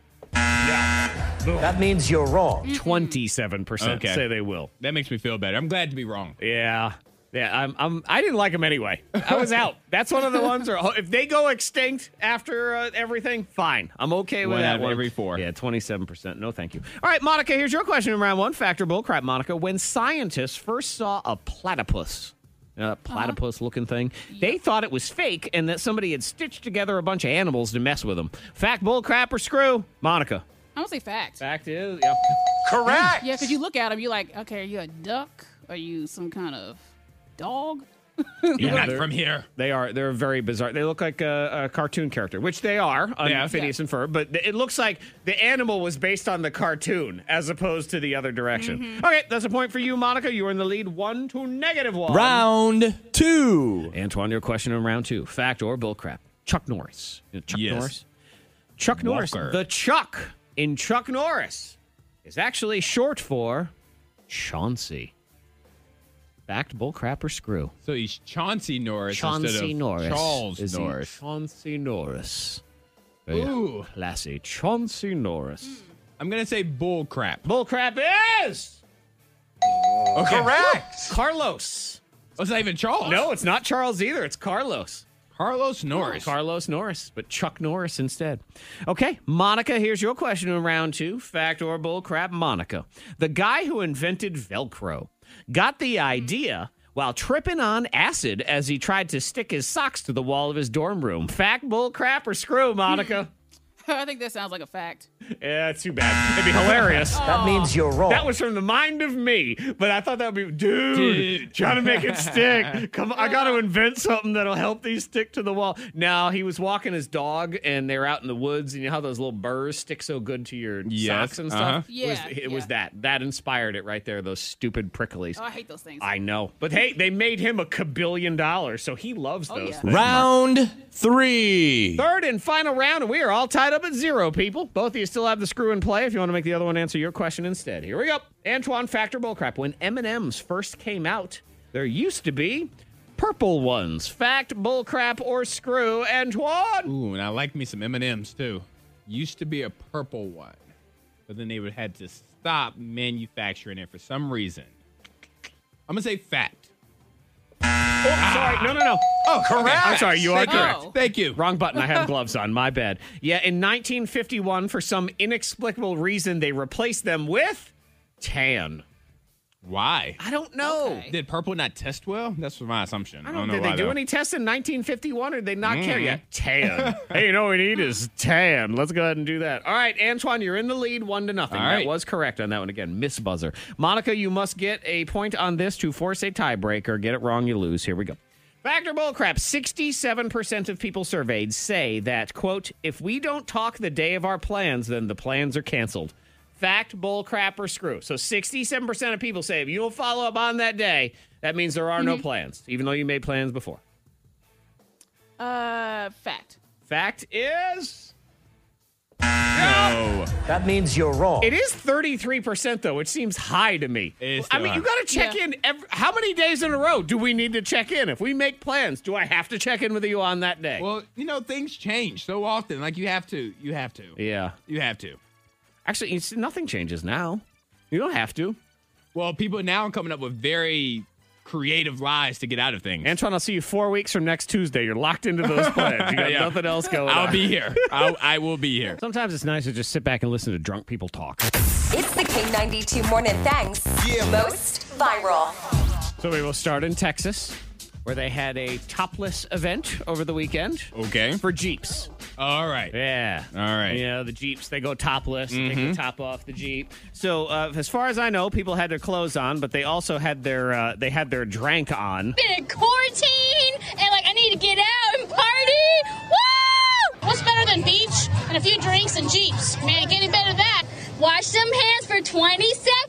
Speaker 1: That means you're wrong. 27%
Speaker 3: Okay.
Speaker 1: say they will.
Speaker 3: That makes me feel better. I'm glad to
Speaker 1: [laughs]
Speaker 3: be wrong.
Speaker 1: Yeah. Yeah, I'm, I'm, I didn't like them anyway. I was out. That's one of the ones where if they go extinct after uh, everything, fine. I'm okay with
Speaker 9: One
Speaker 1: that
Speaker 9: out of
Speaker 1: one.
Speaker 9: every
Speaker 1: four. Yeah, 27%. No, thank you. All right, Monica, here's your question in round one. Factor bullcrap, Monica. When scientists first saw a platypus, a platypus looking thing, they thought it was fake and that somebody had stitched together a bunch of animals to mess with them. Fact, bullcrap, or screw? Monica.
Speaker 5: I'm gonna say fact.
Speaker 1: Fact is, yep. Correct.
Speaker 5: Yeah, because you look at them, you're like, okay, are you a duck? Are you some kind of dog? [laughs]
Speaker 1: You're
Speaker 3: not from here.
Speaker 1: They are. They're very bizarre. They look like a, a cartoon character, which they are on
Speaker 9: Yeah.
Speaker 1: Phineas and Ferb. But th- it looks like the animal was based on the cartoon as opposed to the other direction.
Speaker 9: Mm-hmm.
Speaker 1: Okay, that's a point for you, Monica. You are in the lead, one to negative one.
Speaker 19: Round two.
Speaker 1: Antoine, your question in round two: fact or bullcrap? Chuck Norris. You know Chuck
Speaker 9: Yes.
Speaker 1: Norris. Chuck Norris.
Speaker 9: Walker.
Speaker 1: The Chuck in Chuck Norris is actually short for Chauncey. Fact, bullcrap, or screw?
Speaker 3: So he's Chauncey Norris instead
Speaker 1: Chauncey
Speaker 3: of
Speaker 1: Norris.
Speaker 3: Charles
Speaker 1: Is he
Speaker 3: Norris. Oh,
Speaker 1: Chauncey Norris. Very
Speaker 3: Ooh.
Speaker 1: Classy. Chauncey Norris.
Speaker 3: I'm gonna say bull crap.
Speaker 1: Bull crap is
Speaker 3: Correct.
Speaker 1: Carlos.
Speaker 3: Oh, it's not even Charles.
Speaker 1: No, it's not Charles either. It's Carlos.
Speaker 3: Carlos Norris.
Speaker 1: Carlos Norris, but Chuck Norris instead. Okay, Monica, here's your question in round two. Fact or bull crap, Monica. The guy who invented Velcro got the idea while tripping on acid as he tried to stick his socks to the wall of his dorm room. Fact, bull crap, or screw, Monica?
Speaker 5: I think that sounds like a fact.
Speaker 1: Yeah, it's too bad. It'd be hilarious.
Speaker 11: Oh.
Speaker 5: That means
Speaker 1: you're wrong. That was from the mind of me, but I thought that would be, dude,
Speaker 9: Dude.
Speaker 1: trying to make it stick. Come on, I got to invent something that'll help these stick to the wall. Now he was walking his dog, and they're out in the woods, and you know how those little burrs stick so good to your
Speaker 3: Yes,
Speaker 1: socks and stuff.
Speaker 3: uh-huh.
Speaker 1: It was,
Speaker 5: Yeah,
Speaker 1: it was that that inspired it right there. Those stupid pricklies.
Speaker 5: Oh, I hate those things.
Speaker 1: I know, but hey, they made him a cabillion dollars, so he loves
Speaker 5: Oh,
Speaker 1: those.
Speaker 5: yeah.
Speaker 1: things.
Speaker 19: Round three.
Speaker 1: Third and final round, and we are all tied up at zero, people. Both of you still have the screw in play if you want to make the other one answer your question instead. Here we go. Antoine Factor Bullcrap. When M&M's first came out, there used to be purple ones. Fact, bullcrap, or screw, Antoine.
Speaker 3: Ooh, and I like me some M and M's too. Used to be a purple one, but then they would had to stop manufacturing it for some reason. I'm gonna say fact.
Speaker 1: Oh, sorry. No, no, no.
Speaker 3: Oh,
Speaker 1: Okay, I'm sorry, you are
Speaker 3: Thank
Speaker 1: correct.
Speaker 3: Thank you.
Speaker 1: Wrong button. I have gloves on. My bad. Yeah, in 1951, for some inexplicable reason, they replaced them with tan.
Speaker 3: Why?
Speaker 1: I don't know.
Speaker 3: Did purple not test well? That's my assumption.
Speaker 1: I don't,
Speaker 3: know
Speaker 1: did
Speaker 3: why.
Speaker 1: they do
Speaker 3: though.
Speaker 1: any tests in 1951 or did they not care
Speaker 3: Mm.
Speaker 1: yet?
Speaker 3: [laughs]
Speaker 1: Tan. hey, you know what we need is tan. Let's go ahead and do that. All right, Antoine, you're in the lead, one to nothing.
Speaker 3: All
Speaker 1: That
Speaker 3: right.
Speaker 1: was correct on that one again. Miss buzzer. Monica, you must get a point on this to force a tiebreaker. Get it wrong, you lose. Here we go. Factor bullcrap. 67% of people surveyed say that, quote, if we don't talk the day of our plans, then the plans are canceled. Fact, bullcrap, or screw. So 67% of people say if you don't follow up on that day, that means there are no plans, even though you made plans before.
Speaker 5: Uh, fact.
Speaker 1: Fact is.
Speaker 3: No.
Speaker 1: That means you're wrong. It is 33%, though, which seems high to me.
Speaker 3: is
Speaker 1: I
Speaker 3: still
Speaker 1: mean,
Speaker 3: high.
Speaker 1: you got to check in. Every, how many days in a row do we need to check in? If we make plans, do I have to check in with you on that day?
Speaker 3: Well, you know things change so often. Like you have to. You have to.
Speaker 1: yeah.
Speaker 3: You have to.
Speaker 1: Actually, you see, nothing changes now. You don't have to.
Speaker 3: Well, people now are coming up with very creative lies to get out of things.
Speaker 1: Antoine, I'll see you four weeks from next Tuesday. You're locked into
Speaker 3: [laughs]
Speaker 1: those plans. You got
Speaker 3: Yeah.
Speaker 1: nothing else going on.
Speaker 3: I'll
Speaker 1: [laughs]
Speaker 3: be here. I'll, I will be here.
Speaker 1: Sometimes it's nice to just sit back and listen to drunk people talk.
Speaker 2: It's the K92 Morning Thanks. Most viral.
Speaker 1: So we will start in Texas, where they had a topless event over the weekend.
Speaker 3: Okay.
Speaker 1: For Jeeps.
Speaker 3: All right.
Speaker 1: Yeah.
Speaker 3: All right.
Speaker 1: You know, the Jeeps, they go topless, they take the
Speaker 3: Mhm.
Speaker 1: top off the Jeep. So, uh, as far as I know, people had their clothes on, but they also had their uh, they had their drank on.
Speaker 4: Been in quarantine and like I need to get out and party. Woo! What's better than beach and a few drinks and jeeps? Man, get any better than that? Wash them hands for 20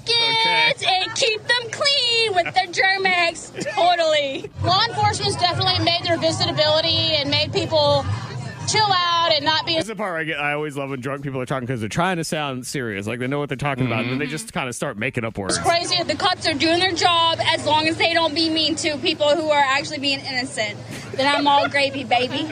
Speaker 4: seconds and keep them clean with their Germex. totally. Law enforcement's definitely made their visibility and made people
Speaker 20: chill out and not be
Speaker 1: That's the part where I, get, I always love when drunk people are talking because they're trying to sound serious, like they know what they're talking about, and then they just kind of start making up words.
Speaker 20: It's crazy. The cops are doing their job as long as they don't be mean to people who are actually being innocent. Then I'm all gravy, baby.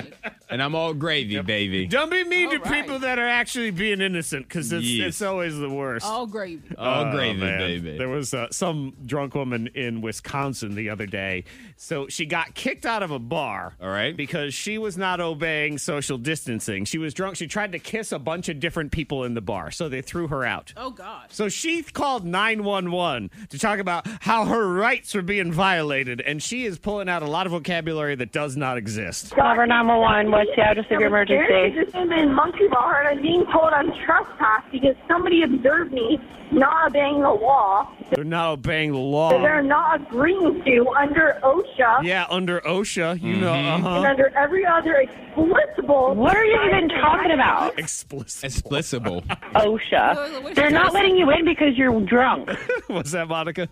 Speaker 3: And I'm all gravy,
Speaker 1: [laughs]
Speaker 3: baby.
Speaker 1: Don't be mean to people that are actually being innocent because it's,
Speaker 3: Yes.
Speaker 1: it's always the worst.
Speaker 5: All gravy.
Speaker 3: All
Speaker 1: Oh,
Speaker 3: gravy, baby.
Speaker 1: There was uh, some drunk woman in Wisconsin the other day. So she got kicked out of a bar. All right. Because she was not obeying social distancing. She was drunk. She tried to kiss a bunch of different people in the bar. So they threw her out.
Speaker 5: Oh God.
Speaker 1: So she called 911 to talk about how her rights were being violated. And she is pulling out a lot of vocabulary that does not exist.
Speaker 17: Cover 911. What's the address of your
Speaker 12: There's
Speaker 17: emergency?
Speaker 12: this woman in Monkey Bar, and I'm being told I'm trespassed because somebody observed me not obeying the law
Speaker 1: They're not obeying the
Speaker 3: Oh.
Speaker 12: that
Speaker 1: law.
Speaker 12: they're not agreeing to under OSHA
Speaker 1: Yeah, under OSHA, you know. Uh-huh.
Speaker 12: and under every other explicable.
Speaker 17: What are you even talking about?
Speaker 1: Explicit. [laughs]
Speaker 3: Explicable.
Speaker 17: OSHA. Uh, They're not letting you in because you're drunk.
Speaker 1: What's that, Monica?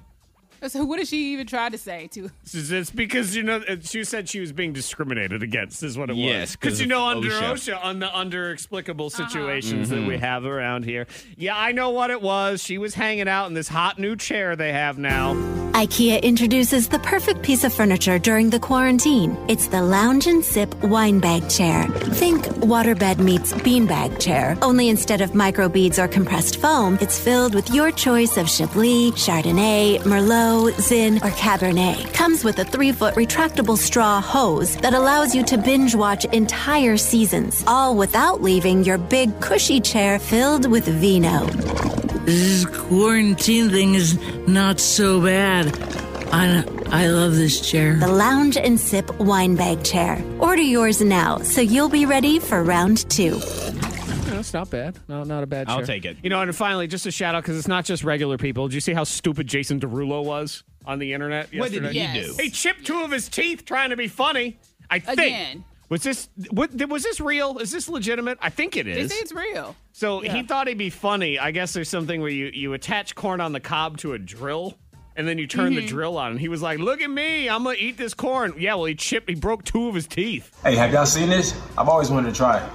Speaker 5: So what did she even try to say to?
Speaker 1: This is- It's because you know it- she said she was being discriminated against. Is what it was.
Speaker 3: Yes, 'cause
Speaker 1: because you
Speaker 3: of
Speaker 1: know under
Speaker 3: OSHA.
Speaker 1: OSHA, on the under explicable situations
Speaker 3: Mhm.
Speaker 1: that we have around here. Yeah, I know what it was. She was hanging out in this hot new chair they have now.
Speaker 4: IKEA introduces the perfect piece of furniture during the quarantine. It's the Lounge and Sip Wine Bag Chair. Think waterbed meets beanbag chair, only instead of microbeads or compressed foam, it's filled with your choice of Chablis, Chardonnay, Merlot, Zin, or Cabernet. Comes with a three foot retractable straw hose that allows you to binge watch entire seasons, all without leaving your big cushy chair filled with vino.
Speaker 21: This quarantine thing is not so bad. I, I love this chair.
Speaker 4: The Lounge and Sip Wine Bag Chair. Order yours now so you'll be ready for round two.
Speaker 1: That's not bad. No, not a bad.
Speaker 3: I'll
Speaker 1: chair.
Speaker 3: take it.
Speaker 1: You know, and finally, just a shout out because it's not just regular people. Did you see how stupid Jason Derulo was on the internet?
Speaker 3: What did
Speaker 1: yesterday?
Speaker 3: he Yes. do?
Speaker 1: He chipped two of his teeth trying to be funny. I think.
Speaker 5: Again.
Speaker 1: Was this what, was this real? Is this legitimate? I think it
Speaker 5: They
Speaker 1: is.
Speaker 5: say it's real.
Speaker 1: So he thought he'd be funny. I guess there's something where you, you attach corn on the cob to a drill and then you turn the
Speaker 5: Mhm.
Speaker 1: drill on. And he was like, Look at me, I'm gonna eat this corn. Yeah, well he chipped he broke two of his teeth.
Speaker 22: Hey, have y'all seen this? I've always wanted to try it.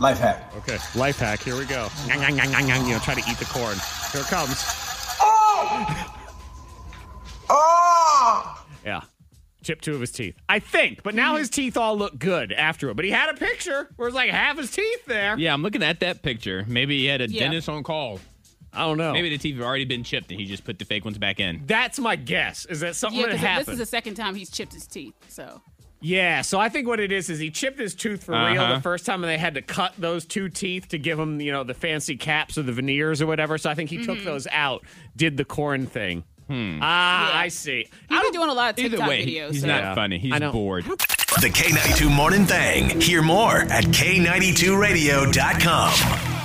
Speaker 22: Life hack.
Speaker 1: Okay, life hack, here we go. Nyang, nyang, nyang, nyang, nyang, You know, try to eat the corn. Here it comes. Yeah. Chipped two of his teeth. I think, but now his teeth all look good after it. But he had a picture where it's like half his teeth there.
Speaker 3: Yeah, I'm looking at that picture. Maybe he had a
Speaker 1: Yeah.
Speaker 3: dentist on call.
Speaker 1: I don't know.
Speaker 3: Maybe the teeth have already been chipped and he just put the fake ones back in.
Speaker 1: That's my guess. Is that something
Speaker 5: Yeah,
Speaker 1: that
Speaker 5: 'cause
Speaker 1: happened?
Speaker 5: this is the second time he's chipped his teeth. So
Speaker 1: Yeah, so I think what it is is he chipped his tooth for real
Speaker 3: Uh-huh.
Speaker 1: the first time, and they had to cut those two teeth to give him, you know, the fancy caps or the veneers or whatever. So I think he took
Speaker 5: Mhm.
Speaker 1: those out, did the corn thing. Ah, I see.
Speaker 5: he's been doing a lot of
Speaker 1: Either
Speaker 5: TikTok
Speaker 1: way, he-
Speaker 5: videos.
Speaker 1: he's
Speaker 5: so-
Speaker 1: not
Speaker 3: Not funny. He's bored.
Speaker 11: The K92 Morning Thing. Hear more at K92Radio.com.